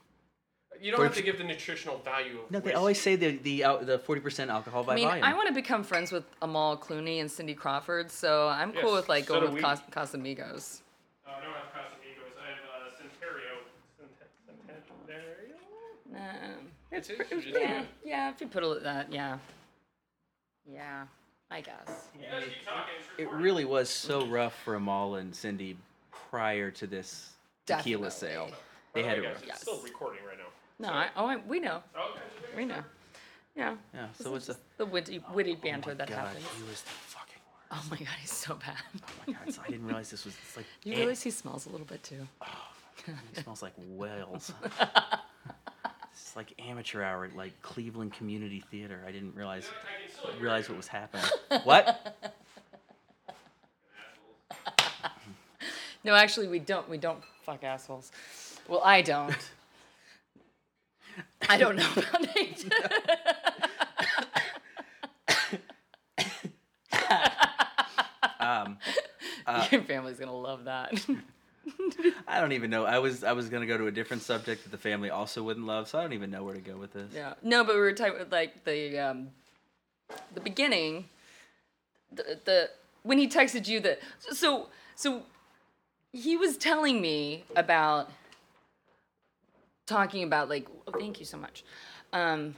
S2: you don't have to give the nutritional value of.
S3: No, they
S2: whiskey.
S3: always say the the al- the forty percent alcohol by
S1: I mean,
S3: volume.
S1: I want to become friends with Amal Clooney and Cindy Crawford, so I'm
S2: Yes,
S1: cool with like
S2: so
S1: going
S2: do
S1: with
S2: we.
S1: Cas- Casamigos.
S2: Oh, I don't have Casamigos. I have uh, Centenario. Centenario.
S1: Um,
S2: It's, it's just,
S1: yeah, yeah. If you put it that, yeah, yeah. I guess.
S2: You guys keep talking. it's
S3: It
S2: recording.
S3: really was so rough for Amal and Cindy prior to this tequila
S1: Definitely.
S3: sale. They had
S2: Oh,
S3: it
S2: guys,
S3: rough.
S2: it's
S1: Yes.
S2: still recording right now.
S1: No, I, oh, I, we know,
S2: Oh, okay.
S1: we know. Yeah.
S3: Yeah,
S1: This
S3: so
S1: is
S3: what's the- Oh
S1: just the witty, witty banter that
S3: God,
S1: happens?
S3: he was the fucking worst.
S1: Oh my god, he's so bad.
S3: Oh my God, so I didn't realize this was it's like.
S1: You
S3: ant-
S1: realize he smells a little bit too.
S3: He smells like whales. it's like amateur hour at like Cleveland Community Theater. I didn't realize
S2: I can still hear
S3: realize what was happening. What?
S1: No, actually, we don't. We don't fuck assholes. Well, I don't. I don't know about Nate.
S3: Um,
S1: Your family's gonna love that.
S3: I don't even know. I was I was gonna go to a different subject that the family also wouldn't love, so I don't even know where to go with this.
S1: Yeah. No, but we were talking about like the um, the beginning, the the when he texted you that so so he was telling me about talking about like oh, thank you so much um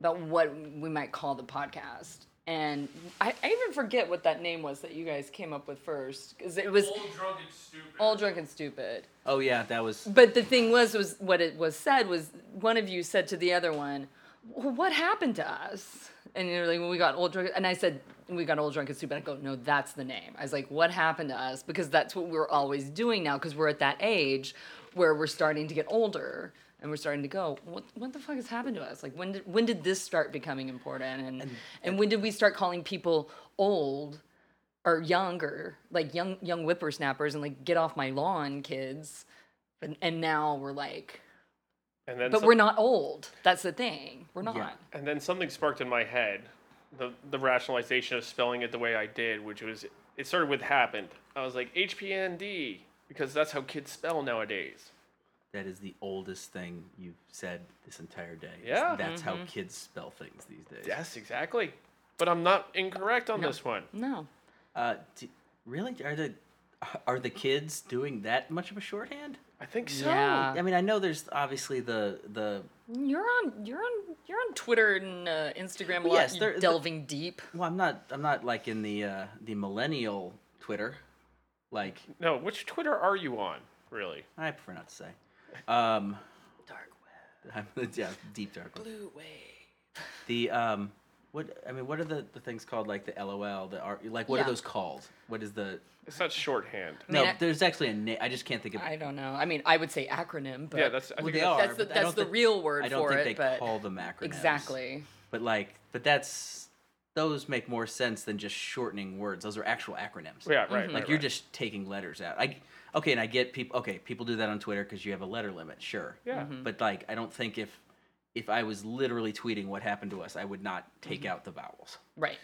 S1: about what we might call the podcast and I, I even forget what that name was that you guys came up with first because it was
S2: you. Old, drunk, and stupid.
S1: all drunk and stupid
S3: Oh yeah, that was.
S1: but the thing was, was what it was said was one of you said to the other one, well, "What happened to us?" And you're like, "Well, we got old drunk." And I said, "We got old drunk and stupid." I go, "No, that's the name." I was like, "What happened to us?" Because that's what we're always doing now. Because we're at that age where we're starting to get older and we're starting to go, "What, what the fuck has happened to us? Like, when did when did this start becoming important? And and, when did we start calling people old?" Or younger, like young young whippersnappers, and like get off my lawn, kids. And, and now we're like,
S2: And then
S1: but
S2: some-
S1: we're not old. That's the thing. We're not.
S2: And then something sparked in my head the, the rationalization of spelling it the way I did, which was it started with happened. I was like, HPND, because that's how kids spell nowadays.
S3: That is the oldest thing you've said this entire day. is
S2: Yeah.
S3: That's how kids spell things these days.
S2: Yes, exactly. But I'm not incorrect on this one.
S1: No.
S3: Uh, d really? Are the are the kids doing that much of a shorthand?
S2: I think so.
S1: Yeah.
S3: I mean, I know there's obviously the the
S1: You're on you're on you're on Twitter and uh, Instagram a lot.
S3: Yes,
S1: Yes,
S3: there- there-
S1: delving deep.
S3: well, I'm not I'm not like in the uh, the millennial Twitter, like
S2: No, which Twitter are you on, really?
S3: I prefer not to say. Um,
S1: Dark web.
S3: I'm, yeah, deep dark. web.
S1: Blue wave.
S3: The um, what I mean, what are the, the things called like the LOL, the R, like what
S1: Yeah.
S3: are those called? What is the
S2: It's not shorthand.
S3: no?
S1: I-
S3: there's actually a name. I just can't think of.
S1: I don't know. I mean, I would say acronym, but
S2: Yeah, that's. I
S3: Well,
S2: think
S3: they
S2: that's-
S3: are.
S1: that's the,
S3: but I
S1: that's
S3: don't
S1: the
S3: thi-
S1: real word
S3: I don't
S1: for
S3: think
S1: it.
S3: they
S1: but
S3: call them acronyms.
S1: exactly.
S3: But like, but that's those make more sense than just shortening words. Those are actual acronyms.
S2: Yeah, right. right,
S3: Like you're
S2: right.
S3: just taking letters out. I okay, and I get people. Okay, people do that on Twitter because you have a letter limit. Sure.
S2: Yeah.
S1: Mm-hmm.
S2: Mhm.
S3: But like, I don't think if if I was literally tweeting what happened to us, I would not take
S1: Mm-hmm.
S3: out the vowels.
S1: Right.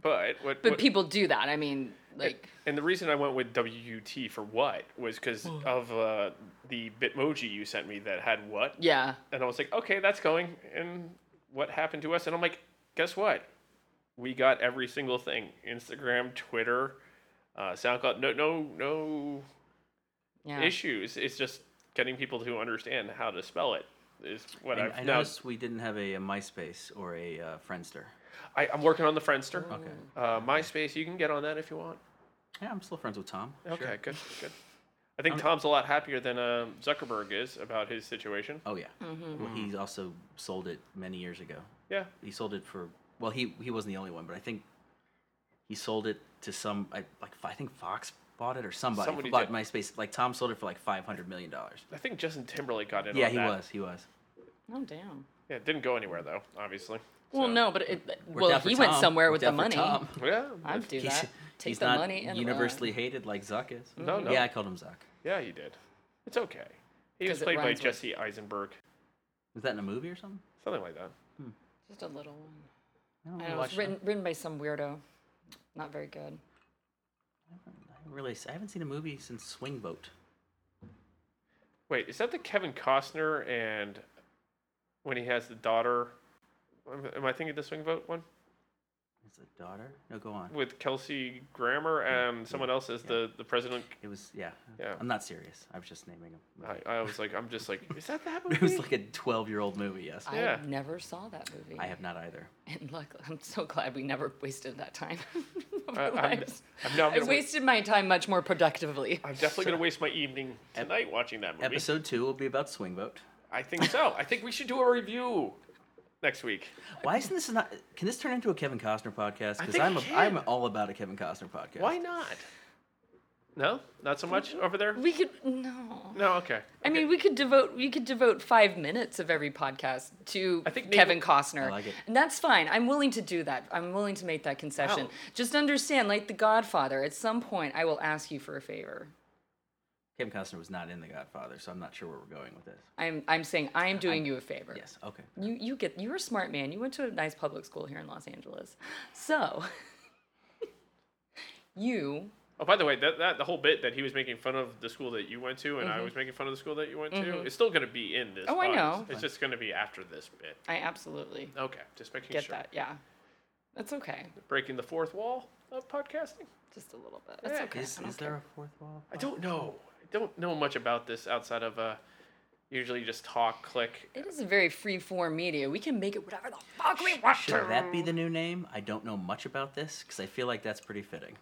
S2: But what?
S1: But
S2: what-
S1: people do that. I mean, like
S2: And the reason I went with WUT for what was because of uh, the Bitmoji you sent me that had what.
S1: yeah.
S2: And I was like, okay, that's going. And what happened to us? And I'm like, guess what? We got every single thing: Instagram, Twitter, uh, SoundCloud. No, no, no
S1: Yeah.
S2: issues. It's just getting people to understand how to spell it is what
S3: I,
S2: I've
S3: I
S2: now-
S3: noticed we didn't have a, a MySpace or a uh, Friendster.
S2: I, I'm working on the Friendster.
S3: Oh, Okay.
S2: Uh, MySpace, you can get on that if you want.
S3: Yeah, I'm still friends with Tom.
S2: Okay,
S3: Sure.
S2: good, good. I think Tom's a lot happier than um, Zuckerberg is about his situation.
S3: Oh yeah.
S1: Mm-hmm.
S3: Well,
S2: Mm-hmm.
S3: he also sold it many years ago.
S2: Yeah,
S3: He sold it for well, he he wasn't the only one, but I think he sold it to some I, like I think Fox bought it or somebody,
S2: Somebody
S3: bought
S2: did.
S3: MySpace. Like Tom sold it for like five hundred million dollars.
S2: I think Justin Timberlake got in.
S3: Yeah,
S2: on
S3: he
S2: that.
S3: was. He was.
S1: Oh damn.
S2: Yeah, it didn't go anywhere though, obviously.
S1: Well,
S2: So-
S1: no, but it,
S3: Worked
S1: well,
S3: out for
S1: he went
S3: Tom.
S1: somewhere
S3: Worked
S1: with the
S3: out
S1: money.
S3: for Tom.
S2: Yeah,
S1: I'd do
S3: He's,
S1: that. Take
S3: he's
S1: the
S3: not
S1: money and uh,
S3: universally hated like Zuck is.
S2: No, Oh, no.
S3: Yeah, I called him Zuck.
S2: yeah, he did. It's okay. He was
S1: 'Cause it
S2: played by
S1: rhymes with-
S2: Jesse Eisenberg,
S3: Was that in a movie or something?
S2: something like that.
S1: Run. Just a little one.
S3: don't
S1: I know, it
S3: watched
S1: was
S3: it.
S1: written written by some weirdo. Not very good.
S3: I haven't really, I haven't seen a movie since Swing Boat.
S2: Wait, is that the Kevin Costner and when he has the daughter? am- Am I thinking the Swing Vote one
S3: It's a daughter. No, go on.
S2: with Kelsey Grammer and someone else as the the president?
S3: It was yeah.
S2: Yeah.
S3: I'm not serious. I was just naming him.
S2: I, I was like, I'm just like, is that that movie?
S3: It was like a 12 year old movie. Yes. I,
S2: Yeah.
S1: I never saw that movie.
S3: have not either.
S1: And look, I'm so glad we never wasted that time. of
S2: I-
S1: our
S2: I'm-
S1: lives.
S2: I'm now
S1: I
S2: gonna wa-
S1: wasted my time much more productively.
S2: I'm definitely gonna waste my evening tonight watching that movie.
S3: Episode two will be about Swing Boat.
S2: I think so. I think we should do a review next week.
S3: Why isn't this not? Can this turn into a Kevin Costner podcast? Because
S2: think
S3: I'm
S2: it
S3: a, I'm
S2: can.
S3: all about a Kevin Costner podcast.
S2: Why not? No, not so much over there.
S1: We could no.
S2: No, okay.
S1: I mean, we could devote we could devote five minutes of every podcast to
S2: I think maybe-
S1: Kevin Costner,
S3: I like it.
S1: and that's fine. I'm willing to do that. I'm willing to make that concession.
S2: Wow.
S1: Just understand, like The Godfather, at some point I will ask you for a favor.
S3: Kevin Costner was not in The Godfather, so I'm not sure where we're going with this.
S1: I'm I'm saying I am doing you a favor.
S3: Yes. Okay.
S1: You you get you're a smart man. You went to a nice public school here in Los Angeles, so you
S2: oh, by the way, that, that the whole bit that he was making fun of the school that you went to, and I was making fun of the school that you went to, is still going to be in this.
S1: Mm-hmm. Oh, I
S2: podcast.
S1: know.
S2: It's just going to be after this bit.
S1: I absolutely
S2: Okay, just making
S1: get
S2: sure.
S1: that. Yeah, that's okay.
S2: Breaking the fourth wall of podcasting.
S1: Just a little bit. That's
S2: Yeah.
S1: okay.
S3: Is,
S1: I don't
S3: is there
S1: care.
S3: a fourth wall?
S1: Oh.
S2: I don't know. I don't know much about this outside of uh, usually just talk, click.
S1: It is a very free form media. We can make it whatever the fuck we want
S3: Should
S1: to.
S3: that be the new name? I don't know much about this because I feel like that's pretty fitting.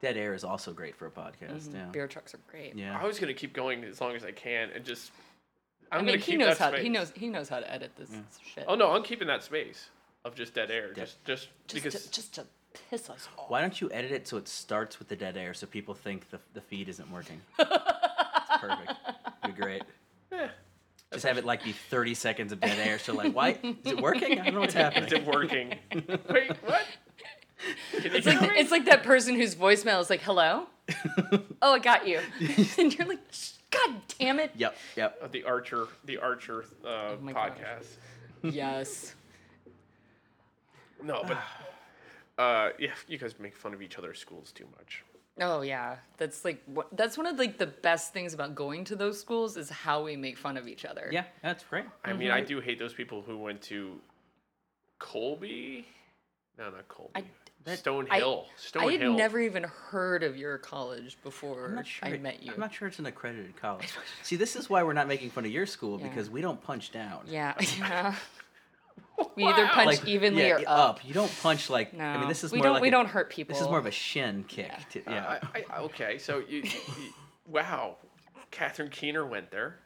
S3: Dead air is also great for a podcast. Yeah.
S1: Beer trucks are great.
S3: Yeah.
S2: I was going to keep going as long as I can and just. I'm
S1: I
S2: gonna
S1: mean, he
S2: keep
S1: knows
S2: that
S1: how
S2: space.
S1: he knows he knows how to edit this shit.
S2: Oh no, I'm keeping that space of just dead air, just just
S1: just
S2: because.
S1: to, just to piss us off.
S3: Why don't you edit it so it starts with the dead air so people think the, the feed isn't working? it's perfect. It'd be great.
S2: eh,
S3: Just have it like be 30 seconds of dead air. So, like, why? Is it working? I don't know what's happening.
S2: is it working? Wait, what? Can you
S1: It's like,
S2: hear me?
S1: it's like that person whose voicemail is like, "Hello, oh, I got you," and you're like, "Sh- "God damn it!"
S3: Yep, yep.
S2: Uh, the Archer, the Archer uh,
S1: Oh my
S2: podcast.
S1: gosh. Yes.
S2: No, but Uh, yeah, you guys make fun of each other's schools too much.
S1: Oh yeah, that's like wha- that's one of like the best things about going to those schools is how we make fun of each other.
S3: Yeah, that's great.
S2: I mean,
S1: Uh-huh.
S2: I do hate those people who went to Colby. No, not Colby.
S3: that-
S1: I-
S2: Stonehill. Stonehill.
S1: I had never even heard of your college before
S3: I'm not sure.
S1: I
S3: it-
S1: met you.
S3: I'm not sure it's an accredited college. See, this is why we're not making fun of your school because we don't punch down.
S1: yeah, yeah. we either punch
S3: Like
S1: evenly
S3: yeah,
S1: or
S3: y-
S1: up.
S3: You don't punch like.
S1: No,
S3: I mean, this is
S1: we
S3: more
S1: don't
S3: like
S1: we
S3: a-
S1: don't hurt people.
S3: This is more of a shin kick. to- Yeah.
S2: Uh, I, I, okay, so you, you- wow, Catherine Keener went there.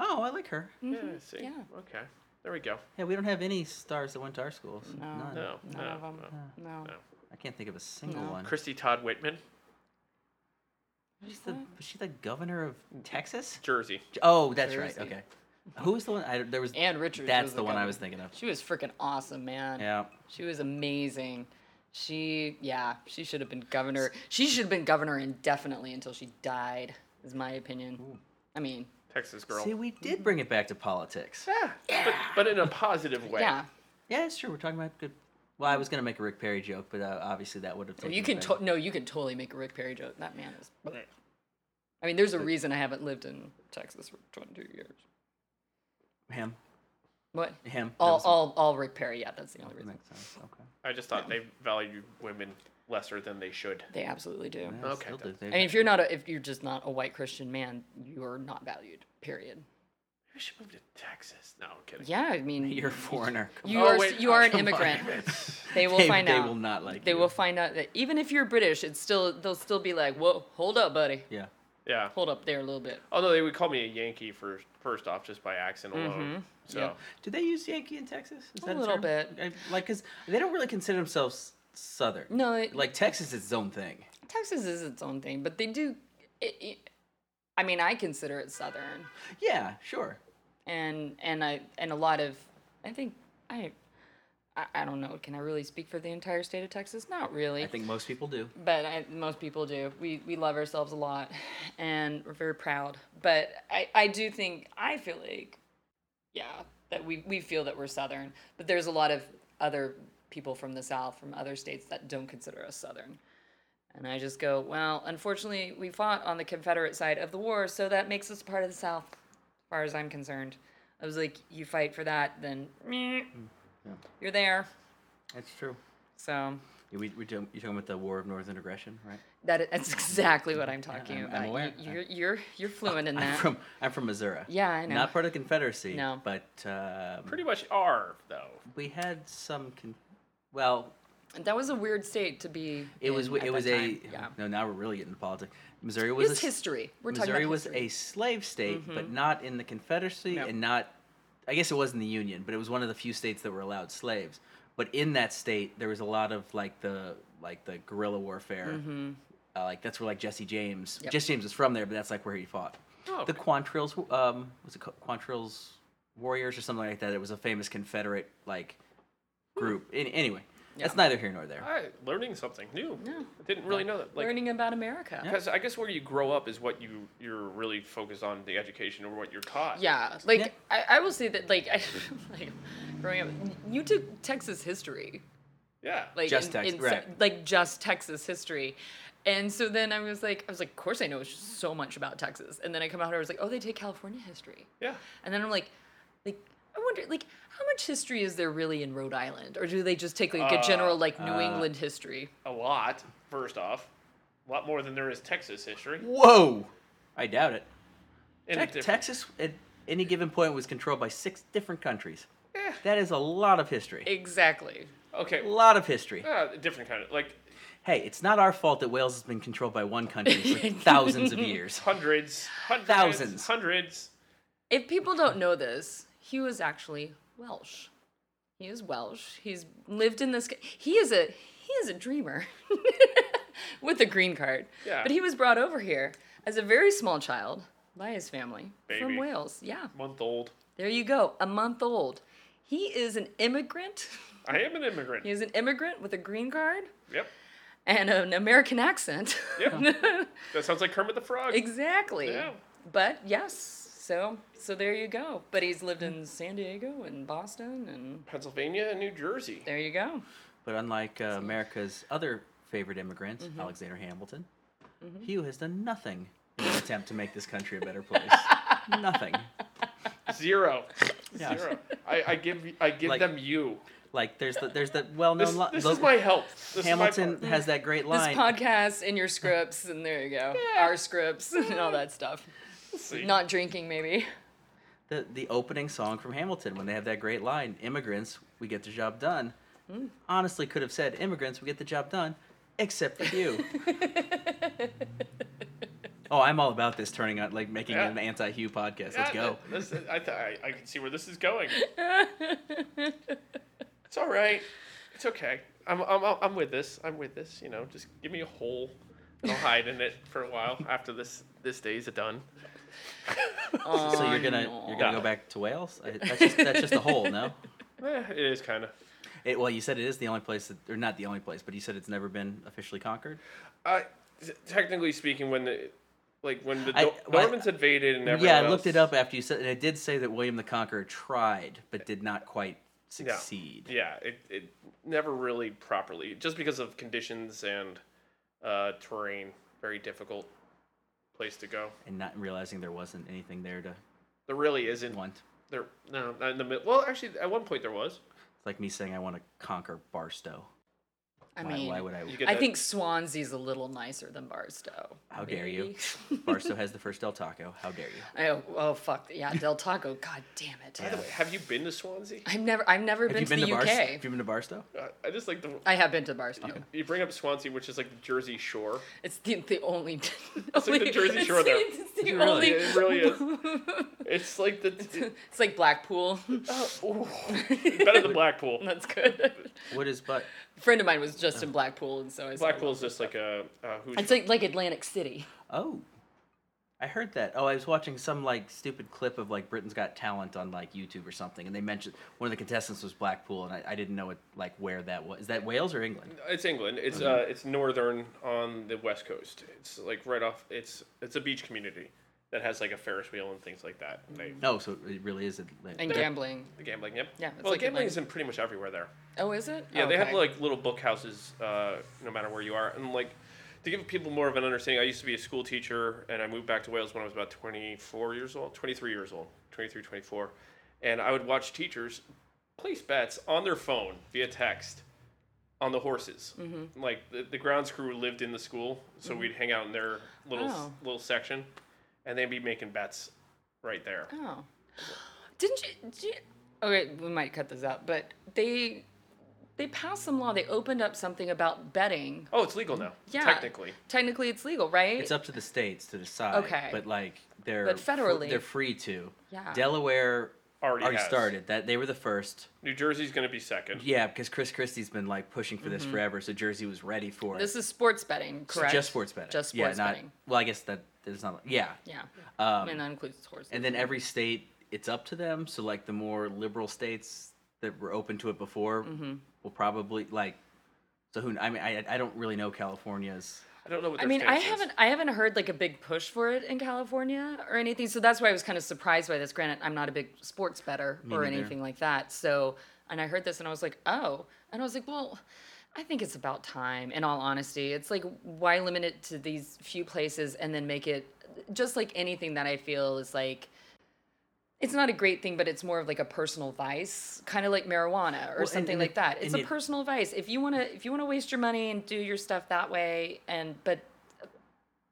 S3: oh, I like her.
S2: yeah, see,
S1: Mm-hmm. yeah.
S2: okay, there we go.
S3: Yeah, we don't have any stars that went to our schools. None.
S2: No,
S1: None
S2: no,
S1: of them.
S2: no.
S1: No.
S2: no.
S3: I can't think of a single
S1: No.
S3: one.
S2: Christy Todd Whitman,
S3: She's the, was she the governor of Texas?
S2: Jersey.
S3: J- Oh, that's right.
S1: Mm. Jersey.
S3: Okay. Who was the one? I, there was.
S1: Ann Richards.
S3: That's
S1: was
S3: the one I
S1: governor.
S3: was thinking of.
S1: She was freaking awesome, man.
S3: Yeah.
S1: She was amazing. She yeah, she should have been governor. She should have been governor indefinitely until she died, is my opinion. I mean,
S2: Texas girl.
S3: See, we did bring it back to politics.
S2: yeah, But, but in a positive way.
S1: yeah.
S3: Yeah, it's true. We're talking about good. Well, I was gonna make a Rick Perry joke, but uh, obviously that would have.
S1: Well,
S3: taken
S1: you
S3: it
S1: can
S3: back.
S1: to- no, you can totally make a Rick Perry joke. That man is. I mean, there's a reason I haven't lived in Texas for 22 years.
S3: him.
S1: What?
S3: Him. That
S1: All,
S3: was-
S1: all, all Rick Perry. Yeah, that's the only reason.
S3: Makes sense. Okay.
S2: I just thought they value women lesser than they should.
S1: They absolutely do.
S3: Yeah,
S2: Okay,
S3: still
S2: then.
S3: do. They-
S1: I mean, if you're not a, if you're just not a white Christian man, you are not valued. Period.
S2: We should move to Texas. No, I'm kidding.
S1: Yeah, I mean,
S3: you're a foreigner. Come
S1: you
S2: Oh,
S1: are s-
S2: wait,
S1: you are an
S3: come on.
S1: immigrant. They will
S3: They-
S1: find
S3: they
S1: out.
S3: will not like
S1: They
S3: you.
S1: will find out that even if you're British, it's still they'll still be like, "Whoa, hold up, buddy,
S3: Yeah.
S2: Yeah.
S1: hold up there a little bit."
S2: Although they would call me a Yankee for first off, just by accent
S1: Mm-hmm.
S2: alone. So
S1: Yeah.
S3: Do they use Yankee in Texas? Is
S1: A
S3: that
S1: little
S3: term? I, like, cause they don't really consider themselves Southern.
S1: No, it-
S3: Like Texas is its own thing.
S1: Texas is its own thing, but they do. It, it, I mean, I consider it Southern,
S3: Yeah, sure.
S1: and and I and a lot of I think I I, I don't know. Can I really speak for the entire state of Texas? Not really.
S3: I think most people do.
S1: but I, most people do. We we love ourselves a lot, and we're very proud. But I I do think I feel like, yeah, that we we feel that we're Southern, but there's a lot of other people from the South, from other states that don't consider us Southern. And I just go, well, unfortunately, we fought on the Confederate side of the war, so that makes us part of the South, as far as I'm concerned. I was like, you fight for that, then meh, you're there.
S3: That's true.
S1: So
S3: We, we do, you're talking about the War of Northern Aggression, right?
S1: That i- that's exactly what I'm talking
S3: I'm- I'm
S1: about.
S3: aware.
S1: You, are you're you're fluent in
S3: I'm
S1: that.
S3: from I'm from Missouri.
S1: Yeah, I know.
S3: Not part of the Confederacy.
S1: No.
S3: But um,
S2: pretty much are though.
S3: we had some. Con- well,
S1: that was a weird state to be.
S3: it was
S1: in
S3: it
S1: at
S3: was
S1: that
S3: a
S1: time. yeah.
S3: no. Now we're really getting into politics. Missouri was
S1: It's
S3: a s-
S1: history. We're
S3: Missouri
S1: talking about
S3: was
S1: history. Mm-hmm.
S3: a slave state, but not in the Confederacy
S1: No.
S3: and not, I guess it was in the Union, but it was one of the few states that were allowed slaves. But in that state, there was a lot of like the like the guerrilla warfare. Uh, like that's where like Jesse James,
S1: Mm-hmm. Yep.
S3: Jesse James is from there, but that's like where he fought.
S2: Oh,
S3: The
S2: okay.
S3: Quantrill's, um, was it Qu- Quantrill's Warriors or something like that? It was a famous Confederate like
S1: Hmm.
S3: group. An- anyway, that's neither here nor there.
S2: Oh, I learning something new. Yeah. I didn't really know that. Like,
S1: learning about America. Yeah,
S2: Because I guess where you grow up is what you you're really focused on the education or what you're taught.
S1: like
S3: Yeah.
S1: I, I will say that like I like growing up, you took Texas history.
S2: Yeah.
S1: like
S3: Just
S1: in-
S3: Tex-
S1: in
S3: right.
S1: se- like just Texas history. And so then I was like, I was like, of course I know so much about Texas. And then I come out here, I was like, oh, they take California history.
S2: Yeah.
S1: And then I'm like, like I wonder, like how much history is there really in Rhode Island, or do they just take like a general like New England history?
S2: a lot. First off, a lot more than there is Texas history.
S3: Whoa, I doubt it.
S2: And
S3: Tex-
S2: different-
S3: Texas at any given point was controlled by six different countries.
S2: Yeah.
S3: That is a lot of history.
S1: Exactly.
S2: Okay.
S3: A lot of history.
S2: Uh, different kind of like
S3: Hey, it's not our fault that Wales has been controlled by one country for thousands of years.
S2: hundreds, hundreds,
S3: Thousands.
S2: hundreds.
S1: If people don't know this, he was actually Welsh. He is Welsh. He's lived in this. c- He is a he is a dreamer with a green card.
S2: Yeah.
S1: But he was brought over here as a very small child by his family from
S2: Baby.
S1: Wales. Yeah.
S2: Month old.
S1: There you go. A month old. He is an immigrant.
S2: I am an immigrant.
S1: He is an immigrant with a green card
S2: Yep.
S1: and an American accent.
S2: Yep. that sounds like Kermit the Frog.
S1: Exactly.
S2: Yeah.
S1: But yes, so so there you go. But he's lived in San Diego and Boston, and
S2: Pennsylvania and New Jersey.
S1: there you go.
S3: But unlike uh, America's other favorite immigrant,
S2: Mm-hmm.
S3: Alexander Hamilton, Hugh has done nothing in an attempt to make this country a better place. nothing.
S2: Zero.
S3: Yeah.
S2: Zero. I, I give I give
S3: Like-
S2: them you.
S3: Like there's the, there's that well-known
S2: This,
S3: li-
S2: this
S3: lo-
S2: is my help. This Is
S3: Hamilton
S2: my part.
S3: has that great line.
S1: This podcast in your scripts, and there you go. Our scripts and all that stuff.
S2: Let's see.
S1: Not drinking, maybe.
S3: the the opening song from Hamilton when they have that great line, "Immigrants, we get the job done."
S2: Hmm.
S3: Honestly, could have said, "Immigrants, we get the job done," except for you. oh, I'm all about this turning on, like making
S2: Yeah.
S3: an anti-Hugh podcast.
S2: Yeah,
S3: Let's go.
S2: This, I, th- I, I can see where this is going. it's all right. It's okay. I'm, I'm, I'm with this. I'm with this. You know, just give me a hole and I'll hide in it for a while after this this day's done.
S3: So you're
S2: Oh,
S3: gonna you're gonna
S2: no.
S3: go back to Wales? I, that's, just, that's just a hole, no?
S2: Eh, it is kind of.
S3: It, well, you said it is the only place, that, or not the only place, but you said it's never been officially conquered.
S2: Uh, t- technically speaking, when the like when the
S3: I-
S2: Nor-
S3: well, I-
S2: Normans invaded and everyone
S3: yeah, I looked
S2: else-
S3: it up after you said, and it did say that William the Conqueror tried, but did not quite
S2: Yeah.
S3: succeed.
S2: Yeah, it, it never really properly, just because of conditions and uh, terrain, very difficult place to go.
S3: and not realizing there wasn't anything there to
S2: There really isn't.
S3: want.
S2: There no not in the mid- well actually at one point there was.
S3: It's like me saying I want to conquer Barstow.
S1: I
S3: Why,
S1: mean,
S3: why would I?
S2: You get
S1: I
S2: that-
S1: think Swansea's a little nicer than Barstow.
S3: How dare you?
S1: maybe.
S3: Barstow has the first El Taco. How dare you?
S1: Oh, oh fuck yeah, Del Taco. God damn it.
S2: By the way, have you been to Swansea?
S1: I've never, I've never
S3: Have
S1: been,
S3: you been
S1: to
S3: to
S1: the UK.
S3: Barstow? Have you been to Barstow?
S2: Uh, I just like the
S1: I have been to Barstow.
S2: you bring up Swansea, which is like the Jersey Shore.
S1: It's the, the only.
S2: the Jersey Shore there.
S1: It's the
S3: Really?
S1: only.
S2: It really is. It's like the
S1: It's like Blackpool.
S2: ooh, better than Blackpool.
S1: That's good.
S3: What is but?
S1: A friend of mine was just in Blackpool, and so I.
S2: Blackpool's just like a uh, who's
S1: It's like like Atlantic City.
S3: Oh, I heard that. Oh, I was watching some like stupid clip of like Britain's Got Talent on like YouTube or something, and they mentioned one of the contestants was Blackpool, and I, I didn't know what like where that was. Is that Wales or England?
S2: It's England. It's uh,
S1: Mm-hmm.
S2: it's northern on the west coast. It's like right off. It's it's a beach community that has like a Ferris wheel and things like that. They,
S3: No, so it really is. England.
S1: And gambling.
S2: the gambling, yep.
S1: Mm-hmm. Yeah, it's
S2: well,
S1: like
S2: gambling
S1: Atlantic.
S2: is in pretty much everywhere there.
S1: Oh, is it?
S2: Yeah, they have
S1: Okay.
S2: like little book houses, uh, no matter where you are, and like to give people more of an understanding. I used to be a school teacher, and I moved back to Wales when I was about 24 years old, 23 years old, 23, 24, and I would watch teachers place bets on their phone via text on the horses.
S1: Mm-hmm.
S2: Like the, the grounds crew lived in the school, so we'd hang out in their little s-
S1: Oh.
S2: little section, and they'd be making bets right there.
S1: Oh. Didn't you, did you? Okay, we might cut this out, but they they passed some law. They opened up something about betting.
S2: Oh, it's legal now.
S1: Yeah.
S2: Technically.
S1: Technically, it's legal, right?
S3: It's up to the states to decide.
S1: Okay.
S3: But like they're
S1: But
S3: fr-
S1: federally-
S3: they're free to.
S1: Yeah.
S3: Delaware
S2: Already
S3: already,
S2: has.
S3: started that. They were the first.
S2: New Jersey's going to be second.
S3: Yeah, because Chris Christie's been like pushing for this forever, so Jersey was ready for it.
S1: Mm-hmm. this is sports betting,
S3: So
S1: correct?
S3: Just sports betting.
S1: Just
S3: yeah,
S1: sports
S3: not,
S1: betting.
S3: Well, I guess that there's not. Yeah.
S1: Yeah.
S3: Um,
S1: and that includes horses.
S3: and then every state, it's up to them. So like the more liberal states that were open to it before
S1: Mm-hmm.
S3: will probably like. So who? kn- I mean, I I don't really know California's.
S2: I don't know what
S1: I
S2: their
S1: mean, I
S2: stance is.
S1: haven't I haven't heard like a big push for it in California or anything, so that's why I was kind of surprised by this. Granted, I'm not a big sports better or
S3: neither.
S1: anything like that. So, and I heard this and I was like, oh, and I was like, well, I think it's about time. In all honesty, it's like why limit it to these few places and then make it just like anything that I feel is like. It's not a great thing, but it's more of like a personal vice, kind of like marijuana or
S3: and-
S1: something
S3: and
S1: like
S3: it-
S1: that. It's
S3: and
S1: a
S3: it-
S1: personal vice. If you wanna, if you wanna waste your money and do your stuff that way, and but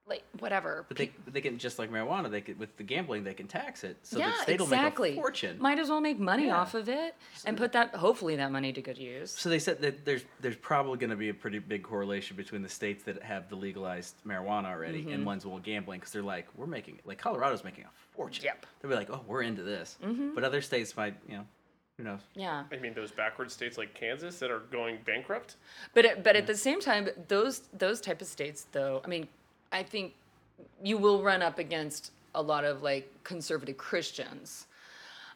S1: like whatever.
S3: But they,
S1: Pe-
S3: but they can just like marijuana. They could with the gambling, they can tax it, so
S1: yeah,
S3: the state
S1: exactly.
S3: will make a fortune.
S1: Might as well make money
S3: Yeah.
S1: off of it and put that hopefully that money to good use.
S3: so they said that there's there's probably going to be a pretty big correlation between the states that have the legalized marijuana already
S1: Mm-hmm.
S3: and ones with gambling because they're like we're making like Colorado's making a fortune.
S1: Yep. Mm-hmm.
S3: They'll be like, oh, we're into this, but other states might, you know, who knows?
S1: Yeah,
S2: I mean, those backward states like Kansas that are going bankrupt.
S1: but it, but at the same time, those those type of states though, I mean, I think you will run up against a lot of like conservative Christians,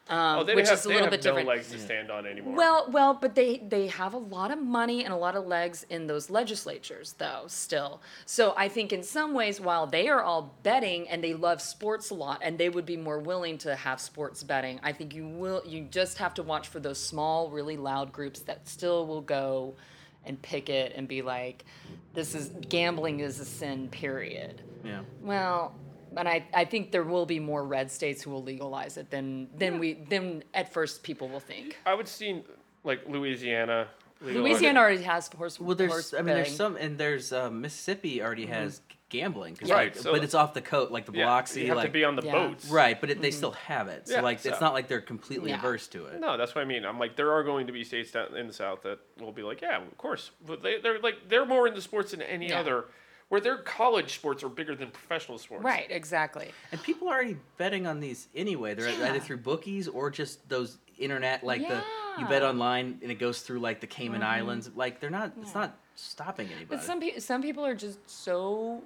S1: um,
S2: Oh, they
S1: which
S2: have,
S1: is a
S2: they
S1: little
S2: have
S1: bit
S2: no
S1: different.
S2: legs to stand on anymore.
S1: Well, well, but they they have a lot of money and a lot of legs in those legislatures, though. Still, so I think in some ways, while they are all betting and they love sports a lot, and they would be more willing to have sports betting, I think you will. You just have to watch for those small, really loud groups that still will go and pick it and be like, this is gambling is a sin, period.
S3: Yeah.
S1: Well, and I, I think there will be more red states who will legalize it than, than we than at first people will think.
S2: I would see like Louisiana. legalize it.
S1: Louisiana already has horse.
S3: Well, there's
S1: horse
S3: I mean there's
S1: betting.
S3: some and there's uh, Mississippi already has g- gambling, 'cause
S2: Right,
S3: they-
S2: so-
S3: but it's off the coast like the
S2: Yeah,
S3: Biloxi,
S2: you have
S3: like
S2: to be on the
S1: Yeah.
S2: boats.
S3: right, but it, they still have it. So
S2: Yeah,
S3: like
S2: so-
S3: it's not like they're completely
S1: Mm-hmm. Yeah.
S3: averse to it.
S2: No, that's what I mean. I'm like, there are going to be states down in the South that will be like, yeah, of course, but they, they're like, they're more into sports than any
S1: Yeah.
S2: other, where their college sports are bigger than professional sports.
S1: right, exactly.
S3: And people are already betting on these anyway. They're
S1: Yeah.
S3: either through bookies or just those internet like the you bet
S1: Yeah. Uh-huh.
S3: online and it goes through like the Cayman Islands. Like they're not it's not stopping anybody.
S1: But some people, some people are just so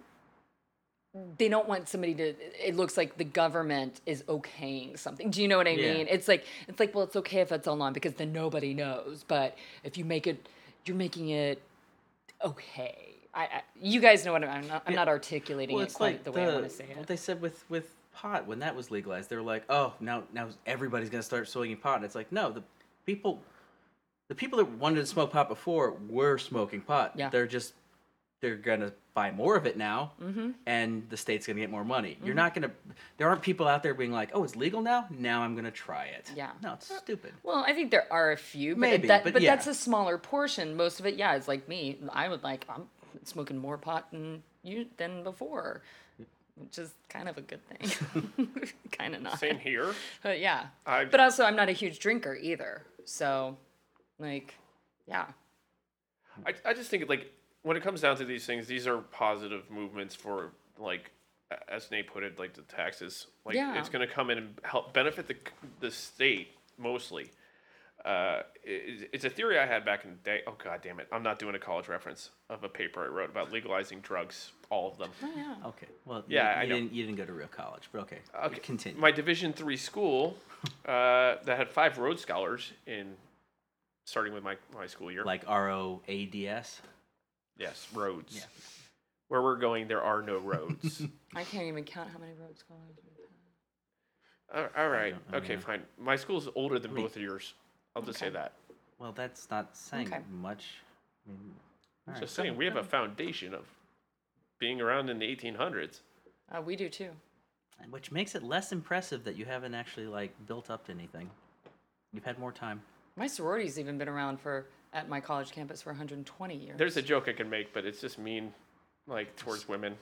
S1: they don't want somebody to. It looks like the government is okaying something. Do you know what I
S3: Yeah.
S1: mean? It's like it's like well, it's okay if it's online because then nobody knows. But if you make it, you're making it okay. I, I you guys know what I'm. I'm not, I'm not articulating it quite the way I want to say
S3: What
S1: it.
S3: they said with with pot when that was legalized, they were like, "Oh, now now everybody's gonna start smoking pot." And it's like, no, the people, the people that wanted to smoke pot before were smoking pot.
S1: Yeah.
S3: they're just they're gonna buy more of it now,
S1: Mm-hmm.
S3: and the state's gonna get more money. You're not gonna. There aren't people out there being like, "Oh, it's legal now. Now I'm gonna try it."
S1: Yeah.
S3: no, it's stupid.
S1: Well, I think there are a few, but
S3: Maybe,
S1: that,
S3: but
S1: but,
S3: yeah.
S1: that's a smaller portion. Most of it, yeah, it's like me. I would like I'm smoking more pot than you than before, which is kind of a good thing. kind of not.
S2: Same here.
S1: But yeah.
S2: I-
S1: But also, I'm not a huge drinker either. So, like, yeah,
S2: I, I just think like when it comes down to these things, these are positive movements for like a- as Nate put it, like the taxes. Like
S1: Yeah.
S2: it's going to come in and help benefit the c- the state mostly. Uh, it, it's a theory I had back in the day. Oh god damn it! I'm not doing a college reference of a paper I wrote about legalizing drugs, all of them.
S3: Okay, well, you-
S2: Yeah, I
S3: you,
S2: know.
S3: didn't you didn't go to real college, but okay,
S2: Okay.
S3: continue.
S2: My Division three school uh, that had five Rhodes scholars in starting with my, my school year.
S3: like R O A D S.
S2: yes, Rhodes.
S3: Yeah.
S2: Where we're going, there are no roads.
S1: I can't even count how many road scholars. we have.
S2: Uh, All- all right.
S3: don't- I
S2: Okay,
S3: mean-
S2: fine. My school's older than
S3: mean-
S2: both of yours. I'll just say that.
S3: Well, that's not saying
S1: Okay.
S3: much. I mean, all right.
S2: Just saying, we have a foundation of being around in the 1800s.
S1: Uh, we do too.
S3: And Which makes it less impressive that you haven't actually like built up to anything. You've had more time.
S1: My sorority's even been around for at my college campus for 120 years.
S2: There's a joke I can make, but it's just mean, like towards women.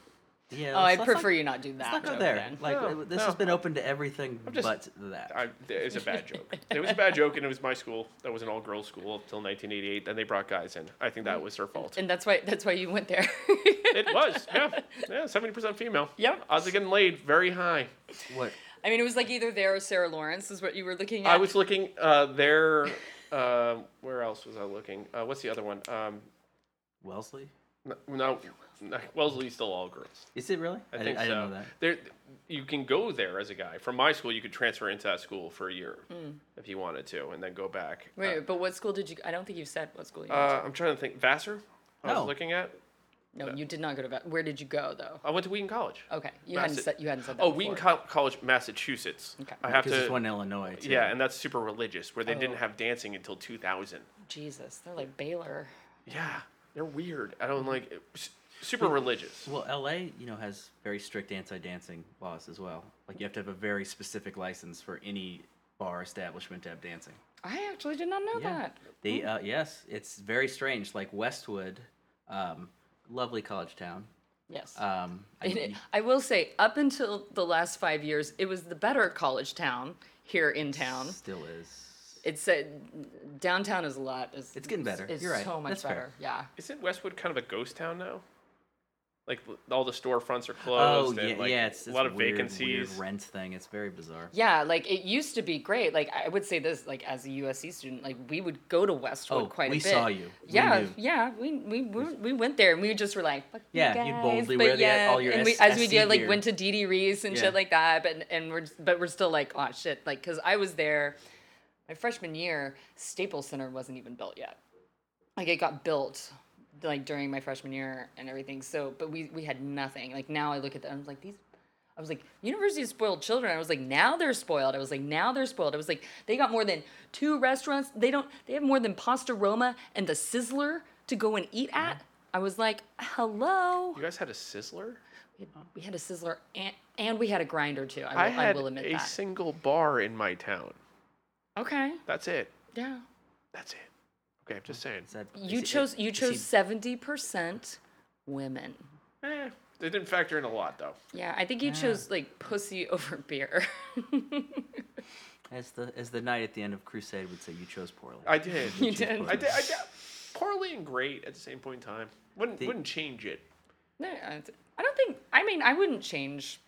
S3: Yeah.
S1: oh, I
S3: let's- let's
S1: prefer
S3: not-
S1: you not do that.
S3: Let's not go
S1: joke
S3: there.
S1: then.
S3: Like
S2: No,
S3: uh, this has
S2: no.
S3: been open to everything
S2: just-
S3: but that.
S2: I, it's a bad joke. It was a bad joke, and it was my school. That was an all-girls school until 1988. Then they brought guys in. I think that was their fault.
S1: and that's why that's why you went there.
S2: It was, yeah, yeah, 70% female.
S1: Yep.
S2: Odds of getting laid very high.
S3: what?
S1: I mean, it was like either there or Sarah Lawrence is what you were looking at.
S2: I was looking uh, there. um where else was I looking? Uh, what's the other one? Um,
S3: Wellesley?
S2: No, no, no, Wellesley's still all girls.
S3: Is it really?
S2: I
S3: di-
S2: think so.
S3: didn't know that.
S2: There, you can go there as a guy. From my school, you could transfer into that school for a year if you wanted to, and then go back.
S1: Hmm.
S3: uh,
S1: Wait, but what school did you? I don't think you said what school you.
S2: Uh,
S1: went
S2: uh, I'm trying to think. Vassar. I
S3: No.
S2: was looking at.
S1: to.
S3: uh,
S1: No, you did not go to. Vet- Where did you go though?
S2: I went to Wheaton College.
S1: Okay, you hadn't
S2: Massa-
S1: said you hadn't said that.
S2: Oh,
S1: before.
S2: Wheaton Co- College, Massachusetts.
S1: Okay.
S2: I have
S3: Because it's
S2: to.
S3: one in Illinois too.
S2: Yeah, and that's super religious, where they didn't
S1: Oh.
S2: have dancing until 2000.
S1: Jesus, they're like Baylor.
S2: Yeah, they're weird. I
S3: Mm-hmm.
S2: don't like. s- Super religious.
S3: Well, LA, you know, has very strict anti-dancing laws as well. Like you have to have a very specific license for any bar establishment to have dancing.
S1: I actually did not know
S3: Yeah.
S1: that.
S3: They uh, yes, it's very strange. Like Westwood, um, lovely college town.
S1: Yes.
S3: Um, I,
S1: It- I will say, up until the last five years, it was the better college town here in town.
S3: still is.
S1: It said downtown is a lot. Is,
S3: It's getting better.
S1: Is
S3: You're right.
S1: so much
S3: That's fair.
S1: better. Yeah.
S2: Isn't Westwood kind of a ghost town now? Like l- all the storefronts are
S3: Oh
S2: closed.
S3: yeah,
S2: and, like,
S3: yeah. It's,
S2: a
S3: it's
S2: lot of
S3: weird,
S2: vacancies.
S3: Weird rent thing. It's very bizarre.
S1: Yeah, like it used to be great. Like I would say this, like as a USC student, like we would go to Westwood
S3: Oh,
S1: quite
S3: we
S1: a bit.
S3: saw you. We
S1: yeah,
S3: knew.
S1: yeah, we we, we we went there and we just were like, Fuck you
S3: Yeah, you
S1: guys,"
S3: boldly
S1: but
S3: wear the-
S1: yeah,
S3: all your
S1: and we,
S3: S-
S1: as we
S3: SC
S1: did, like
S3: gear.
S1: went to DD Reese and
S3: Yeah.
S1: shit like that, but and we're but we're still like, oh shit, like because I was there, my freshman year, Staples Center wasn't even built yet. Like it got built like during my freshman year and everything. So, but we we had nothing. Like now I look at them, I'm like these. I was like, University of Spoiled Children. I was like, now they're spoiled. I was like, now they're spoiled. I was like, they got more than two restaurants. They don't. They have more than Pasta Roma and the Sizzler. to go and eat at. I was like, hello.
S2: You guys had a sizzler?
S1: We had a sizzler and, and we had a grinder too. I will,
S2: I
S1: I
S2: had
S1: will admit
S2: a
S1: that.
S2: single bar in my town.
S1: okay.
S2: That's it.
S1: Yeah.
S2: That's it. Okay, I'm just saying.
S3: Is that-
S1: You
S3: is it-
S1: chose you
S3: is
S1: chose
S3: he-
S1: seventy percent women.
S2: Eh, they didn't factor in a lot though.
S1: Yeah, I think you chose like pussy over beer.
S3: as the as the knight at the end of Crusade would say, you chose poorly.
S2: I did.
S1: you did.
S2: I did. I did. Poorly and great at the same point in time. Wouldn't
S3: The-
S2: wouldn't change it.
S1: No, I d- I don't think. I mean, I wouldn't change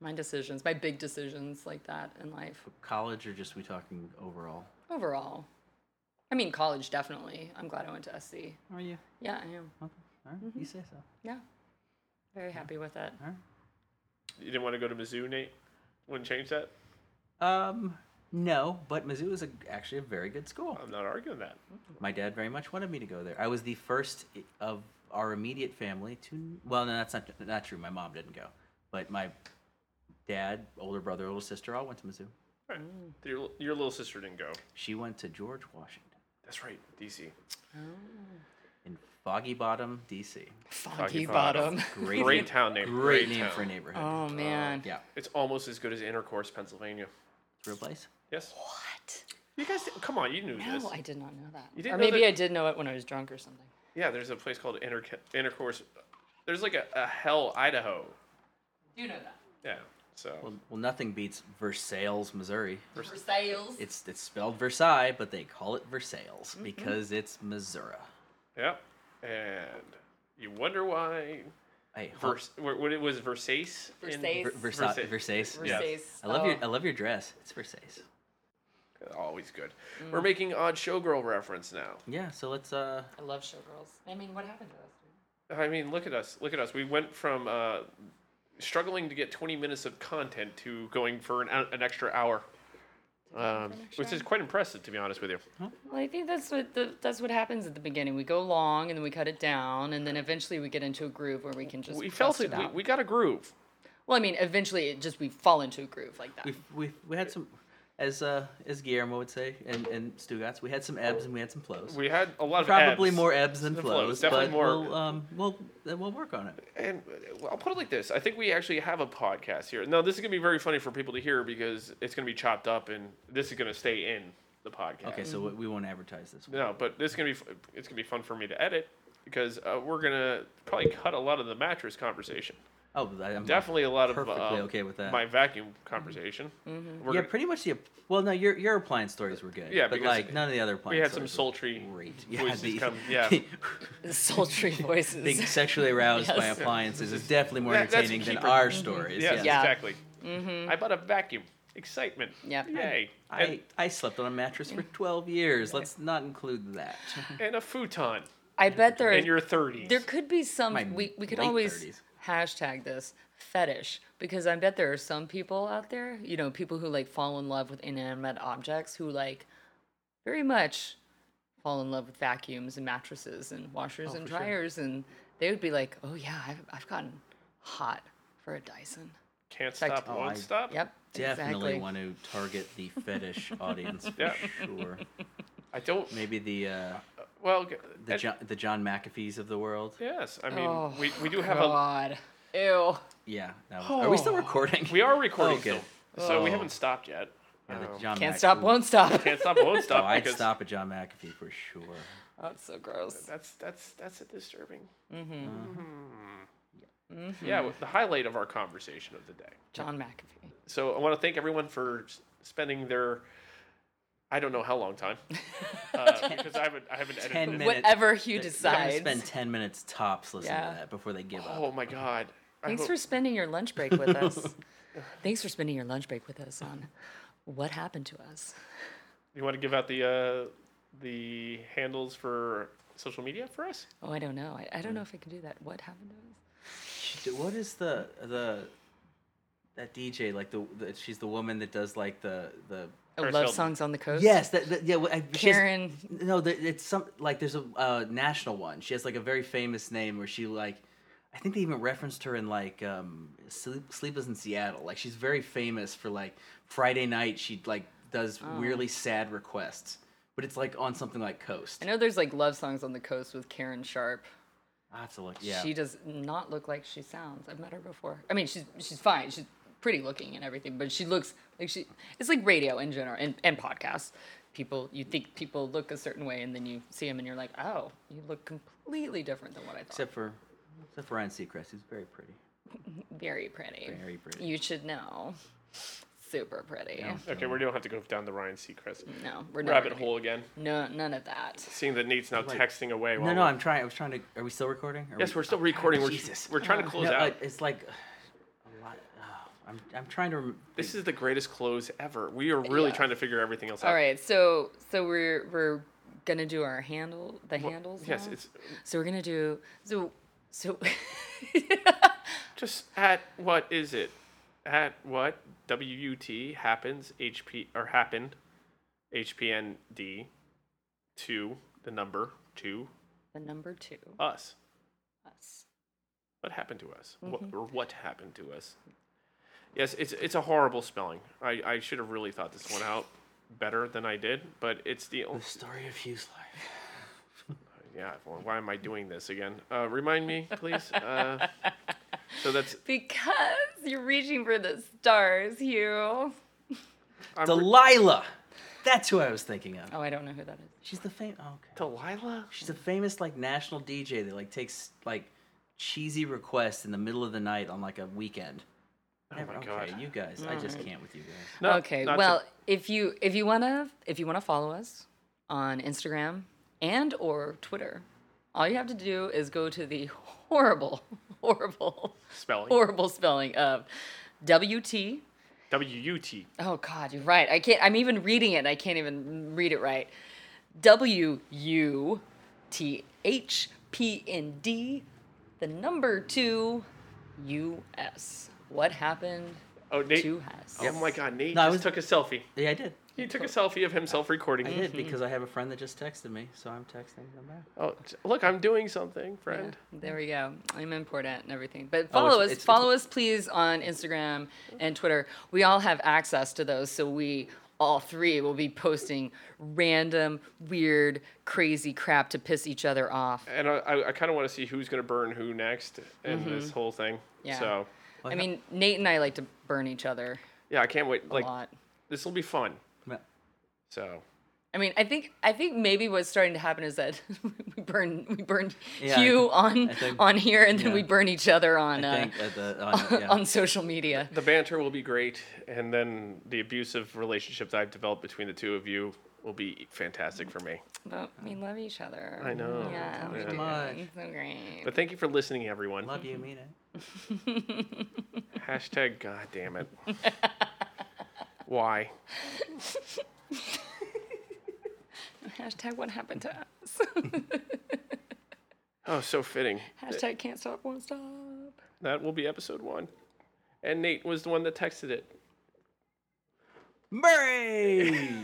S1: my decisions, my big decisions like that in life
S3: College or just we talking overall?
S1: overall. I mean, college definitely. I'm glad I went to SC.
S3: Are you?
S1: Yeah, I am.
S3: Okay. All
S1: Mm-hmm.
S3: right, You say so.
S1: Yeah, very happy with it.
S2: You didn't want to go to Mizzou, Nate. Wouldn't change that.
S3: Um, no, but Mizzou is a, actually a very good school.
S2: I'm not arguing that.
S3: My dad very much wanted me to go there. I was the first i- of our immediate family to. Well, no, that's not not true. My mom didn't go, but my dad, older brother, older sister, all went to Mizzou.
S2: All right. Your your little sister didn't go.
S3: She went to George Washington
S2: That's right, DC.
S3: in Foggy Bottom, D.C.
S1: Foggy
S2: bottom.
S1: bottom.
S3: Great,
S2: Great town name.
S3: Great, name
S2: town.
S3: for a neighborhood.
S1: Oh man.
S3: Yeah,
S2: It's almost as good as Intercourse, Pennsylvania.
S3: it's a real place.
S2: Yes.
S1: What?
S2: You guys, did- come on, you knew this.
S1: No, I did not know that.
S2: You didn't
S1: or
S2: know
S1: maybe
S2: that-
S1: I did know it when I was drunk or something.
S2: Yeah, there's a place called Inter- Intercourse. There's like a, a Hell, Idaho.
S1: You know that.
S2: Yeah. So
S3: Well, well, nothing beats Versailles, Missouri.
S1: For sales.
S3: It's it's spelled Versailles, but they call it Versailles because it's Missouri.
S2: yeah, and you wonder why.
S3: Hey, hold-
S2: Vers- what what it was Versace. in-
S1: Versace.
S3: Ver- Versa-
S2: Versa-
S3: Versace.
S2: Yeah.
S3: I love
S1: Oh.
S3: your I love your dress. It's Versace.
S2: Always good.
S1: Mm.
S2: We're making odd showgirl reference now.
S3: Yeah. So let's uh.
S1: I love showgirls. I mean, what happened to us?
S2: I mean, look at us. Look at us. We went from uh, struggling to get 20 minutes of content to going for an, hou- an extra hour, um, which is quite impressive, to be honest with you.
S1: Well, I think that's what the, that's what happens at the beginning. We go long and then we cut it down, and then eventually we get into a groove where we can just.
S2: We
S1: bust
S2: felt it. We,
S1: out.
S2: we got a groove.
S1: well, I mean, eventually it just we fall into a groove like that.
S3: we we we had some, as uh as Guillermo would say, and and Stugatz, we had some ebbs and we had some flows.
S2: We had a lot of
S3: Probably
S2: ebbs.
S3: more ebbs than
S2: Than
S3: flows,
S2: flows, definitely
S3: but
S2: more.
S3: we'll um we'll then we'll work on it.
S2: And uh, well, I'll put it like this: I think we actually have a podcast here. Now, this is gonna be very funny for people to hear because it's gonna be chopped up, and this is gonna stay in the podcast.
S3: Okay, so we- we won't advertise this. One.
S2: No, but this is gonna be f- it's gonna be fun for me to edit because uh, we're gonna probably cut a lot of the mattress conversation.
S3: Oh, I, am
S2: Definitely a lot of
S3: perfectly
S2: uh,
S3: okay with that.
S2: My vacuum conversation.
S1: Mm-hmm.
S2: We're
S3: yeah,
S2: gonna-
S3: pretty much the app- well. No, your your appliance stories were good.
S2: Yeah,
S3: but
S2: because
S3: like none of the other appliance.
S2: we had some
S3: stories
S2: sultry
S3: were Great.
S2: voices
S3: the-
S2: come- yeah.
S1: Sultry voices.
S3: being sexually aroused by
S1: Yes.
S3: appliances is definitely more
S2: That- that's
S3: entertaining than
S2: keeper. Mm-hmm.
S3: our stories.
S2: yes,
S1: Yeah. Mm-hmm.
S2: exactly. I bought a vacuum. Excitement.
S1: Yep.
S2: Yay.
S3: I,
S2: And,
S3: I slept on a mattress for 12 years. Let's not include that.
S2: and a futon
S1: I bet there.
S2: in your thirties.
S1: there could be
S3: My
S1: some. We we could
S3: late
S1: always
S3: 30s.
S1: hashtag this fetish because I bet there are some people out there. You know, people who like fall in love with inanimate objects who like very much fall in love with vacuums and mattresses and
S2: Oh,
S1: washers and dryers, and they would be like, "Oh yeah, I've I've gotten hot for a Dyson."
S2: Can't stop.
S1: Oh,
S2: won't
S3: I-
S2: stop.
S1: Yep.
S3: Definitely
S1: exactly.
S3: want to target the fetish audience for
S2: Yeah.
S3: sure.
S2: I don't.
S3: Maybe the uh,
S2: Well, g-
S3: the,
S2: and-
S3: John, the John McAfees of the world.
S2: yes. I mean,
S1: Oh,
S2: we, we do have a.
S1: God. Ew.
S3: Yeah. that was- Are we still recording?
S2: Oh, We are recording
S3: Oh, good.
S2: still, so we
S3: Oh.
S2: haven't stopped yet.
S3: Yeah, the
S2: Um,
S3: John
S1: Can't
S3: Mc-
S1: stop, won't stop.
S2: can't stop. Won't
S3: Oh,
S2: stop.
S3: I'd
S2: because
S3: stop at John McAfee for sure.
S1: That's so gross.
S2: That's that's that's a disturbing.
S3: Uh.
S2: Mm-hmm. Yeah, well, the highlight of our conversation of the day.
S1: John McAfee.
S2: So I want to thank everyone for s- spending their I don't know how long time uh, because I haven't I haven't edited
S3: Ten
S2: it.
S3: minutes.
S1: Whatever Hugh
S3: I'm gonna
S1: decides.
S3: spend 10 minutes tops listening
S1: Yeah.
S3: to that before they give up.
S2: Oh my god! I
S1: Thanks for
S2: hope-
S1: spending your lunch break with us. Thanks for spending your lunch break with us on what happened to us.
S2: you want to give out the uh, the handles for social media for us.
S1: Oh, I don't know. I, I don't know if I can do that. What happened to us?
S3: Dude, What is the the that DJ like the, the she's the woman that does like the the
S1: Oh,
S2: Paris
S1: love
S2: Hilton.
S1: songs on the coast.
S3: yes that, that- yeah what- I, she has-
S1: Karen.
S3: no the, it's some like there's a uh, national one she has like a very famous name where she like I think they even referenced her in like um Sleep, Sleepless in Seattle like she's
S2: Oh.
S3: very famous for like Friday night she like does weirdly sad requests. but it's like on something like Coast.
S1: I know there's like love songs on the coast with Karen Sharp.
S3: I have to look. Yeah.
S1: She does not look like she sounds. I've met her before. I mean, she's she's fine. She's pretty looking and everything, but she looks like she. It's like radio in general and, and podcasts. People, you think people look a certain way, and then you see them, and you're like, oh, you look completely different than what I thought.
S3: except for except for Ryan Seacrest, he's very pretty.
S1: very pretty.
S3: Very pretty.
S1: You should know. Super pretty.
S2: Okay, we don't have to go down the Ryan Seacrest
S1: No, we're never
S2: rabbit
S1: gonna-
S2: hole again.
S1: No, none of that.
S2: Seeing that Nate's now
S3: Like-
S2: texting away. While
S3: No, no,
S2: we're-
S3: I'm trying. I was trying to. Are we still recording? Are
S2: Yes,
S3: we-
S2: we're still
S3: oh, God,
S2: recording. We're,
S3: Jesus. Uh,
S2: we're trying to close
S3: No,
S2: out.
S3: like, it's like a lot. Oh, I'm I'm trying to. rem-
S2: this is the greatest close ever. We are really
S1: Yeah.
S2: trying to figure everything else out.
S1: All right, so so we're we're gonna do our handle the
S2: Well,
S1: handles.
S2: Yes,
S1: now?
S2: it's
S1: So we're gonna do so so.
S2: just at what is it? At what WUT happens HP or happened HPND to the number to
S1: the number two.
S2: us.
S1: Us.
S2: What happened to us? What
S1: Mm-hmm.
S2: or what happened to us? Yes, it's it's a horrible spelling. I, I should have really thought this one out better than I did, but it's the
S3: The
S2: only
S3: story of Hugh's life.
S2: yeah. Well, why am I doing this again? Uh, remind me, please. Uh, so that's
S1: Because you're reaching for the stars, Hugh.
S2: I'm re-
S3: Delilah. That's who I was thinking of.
S1: Oh, I don't know who that is.
S3: She's the fame. Oh, okay.
S2: Delilah.
S3: She's a famous like national DJ that like takes like cheesy requests in the middle of the night on like a weekend.
S2: Oh my god.
S3: Okay, you guys, I just can't with you guys.
S2: No,
S1: okay.
S2: not to-
S1: Well, if you if you wanna if you wanna follow us on Instagram and or Twitter, all you have to do is go to the horrible, horrible,
S2: spelling.
S1: horrible spelling of WT
S2: W U T.
S1: Oh God, you're right. I can't. I'm even reading it. and I can't even read it right. W U T H P N D, the number two, U S. What happened
S2: Oh, Nate.
S1: to us?
S2: Oh my God, Nate
S3: No, I
S2: just
S3: was-
S2: took a selfie.
S3: Yeah, I did.
S2: He
S1: Oh.
S2: took a selfie of himself recording.
S3: I did because I have a friend that just texted me, so I'm texting them back.
S2: Oh, t- look, I'm doing something, friend.
S1: There we go. I'm important and everything. But
S3: Oh, it's-
S1: follow us.
S3: it's-
S1: follow us, please, on Instagram and Twitter. We all have access to those, so we all three will be posting random, weird, crazy crap to piss each other off.
S2: And I, I, I kind of want to see who's gonna burn who next in this whole thing.
S1: Mm-hmm. Yeah.
S2: So,
S1: I mean, Nate and I like to burn each other
S2: yeah, I can't wait.
S1: a
S2: like,
S1: lot.
S2: this will be fun.
S3: Well,
S2: So,
S1: I mean, I think I think maybe what's starting to happen is that we burn we burned
S3: Yeah, I
S1: you
S3: think-
S1: on
S3: I think-
S1: on here, and then we
S3: yeah.
S1: burn each other
S3: I
S1: on uh,
S3: think at the on, yeah.
S1: on social media.
S2: the banter will be great, and then the abusive relationship that I've developed between the two of you will be fantastic for me.
S1: But we love each other.
S2: I know.
S1: Yeah,
S2: Thank
S1: we
S2: you
S1: do.
S2: so
S3: much.
S1: It's so great.
S2: But thank you for listening, everyone.
S3: love you, mean it.
S2: Hashtag God damn it. Why?
S1: Hashtag what happened to us.
S2: Oh, so fitting.
S1: Hashtag can't stop, won't stop.
S2: That will be episode one. And Nate was the one that texted it.
S3: Murray.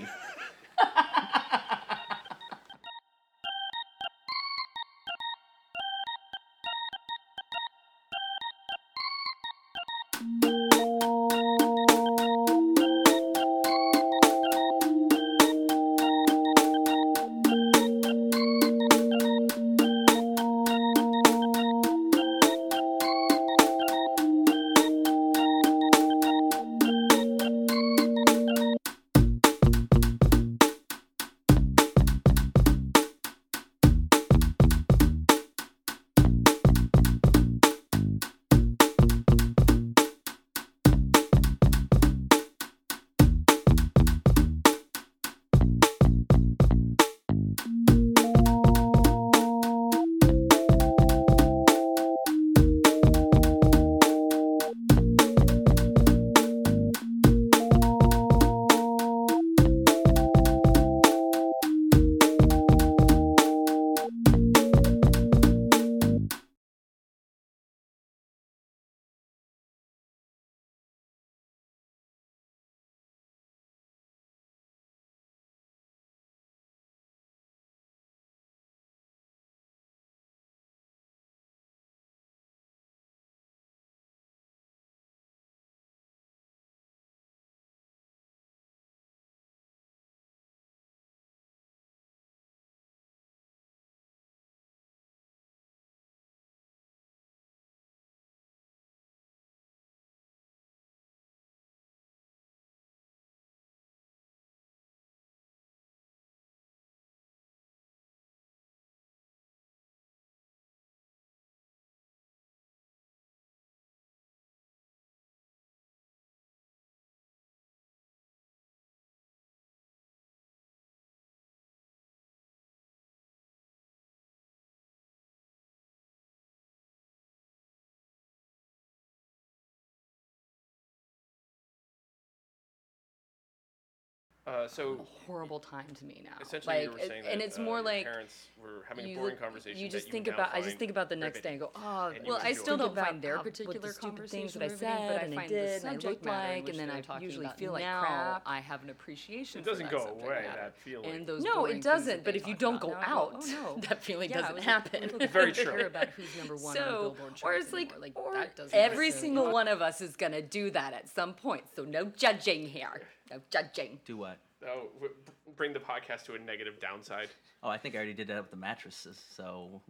S2: Uh, so
S1: horrible time to me now.
S2: essentially, you
S1: Like,
S2: were
S1: it-
S2: saying that
S1: and it's
S2: uh,
S1: more
S2: your
S1: like
S2: parents were having a
S1: you
S2: boring
S1: look-
S2: conversation.
S1: You
S2: that
S1: just
S2: you
S1: think
S2: now
S1: about. I
S2: find
S1: just think about the next day
S2: riveting.
S1: and go, oh,
S2: And you
S1: well, I
S2: enjoy
S1: still
S2: it.
S1: don't
S5: Don't
S1: find
S5: find
S1: their
S5: out what the
S1: particular
S5: stupid
S1: conversations
S5: things
S1: that I
S5: were
S1: said
S5: riveting, but I
S1: and I
S5: find the
S1: did, and I
S5: subject
S1: looked
S5: matter in
S1: like,
S5: which
S1: and then
S5: they're
S1: I'm talking
S5: usually
S1: about
S5: feel like
S1: now.
S5: crap.
S1: I have an appreciation.
S2: It
S1: for
S2: doesn't
S1: that
S2: go
S1: subject
S2: away,
S1: matter.
S2: that feeling.
S1: And those
S5: No,
S1: boring
S5: it
S1: things
S5: doesn't.
S1: that they
S5: But if you
S1: talk
S5: don't
S1: about
S5: go
S1: now, I
S5: out,
S1: oh, no. that feeling
S5: Yeah, I
S1: doesn't
S5: was like,
S1: happen.
S5: people don't
S2: Very
S5: care
S2: true.
S5: about who's number one on the
S1: so,
S5: Billboard chart
S1: or it's like,
S5: anymore.
S1: or
S5: that doesn't
S1: every
S5: matter.
S1: single one of us is gonna do that at some point. So no judging here. No judging.
S3: Do what?
S2: Oh, w- b- bring the podcast to a negative downside.
S3: Oh, I think I already did that with the mattresses. So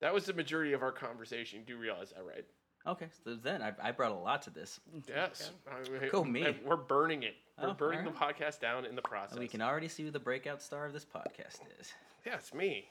S2: That was the majority of our conversation. You do realize that, right?
S3: okay, so then I, I brought a lot to this.
S2: Yes. I mean,
S3: Go me.
S2: and We're burning it. We're
S3: Oh,
S2: burning
S3: alright.
S2: the podcast down in the process.
S3: We can already see who the breakout star of this podcast is.
S2: Yeah, it's me.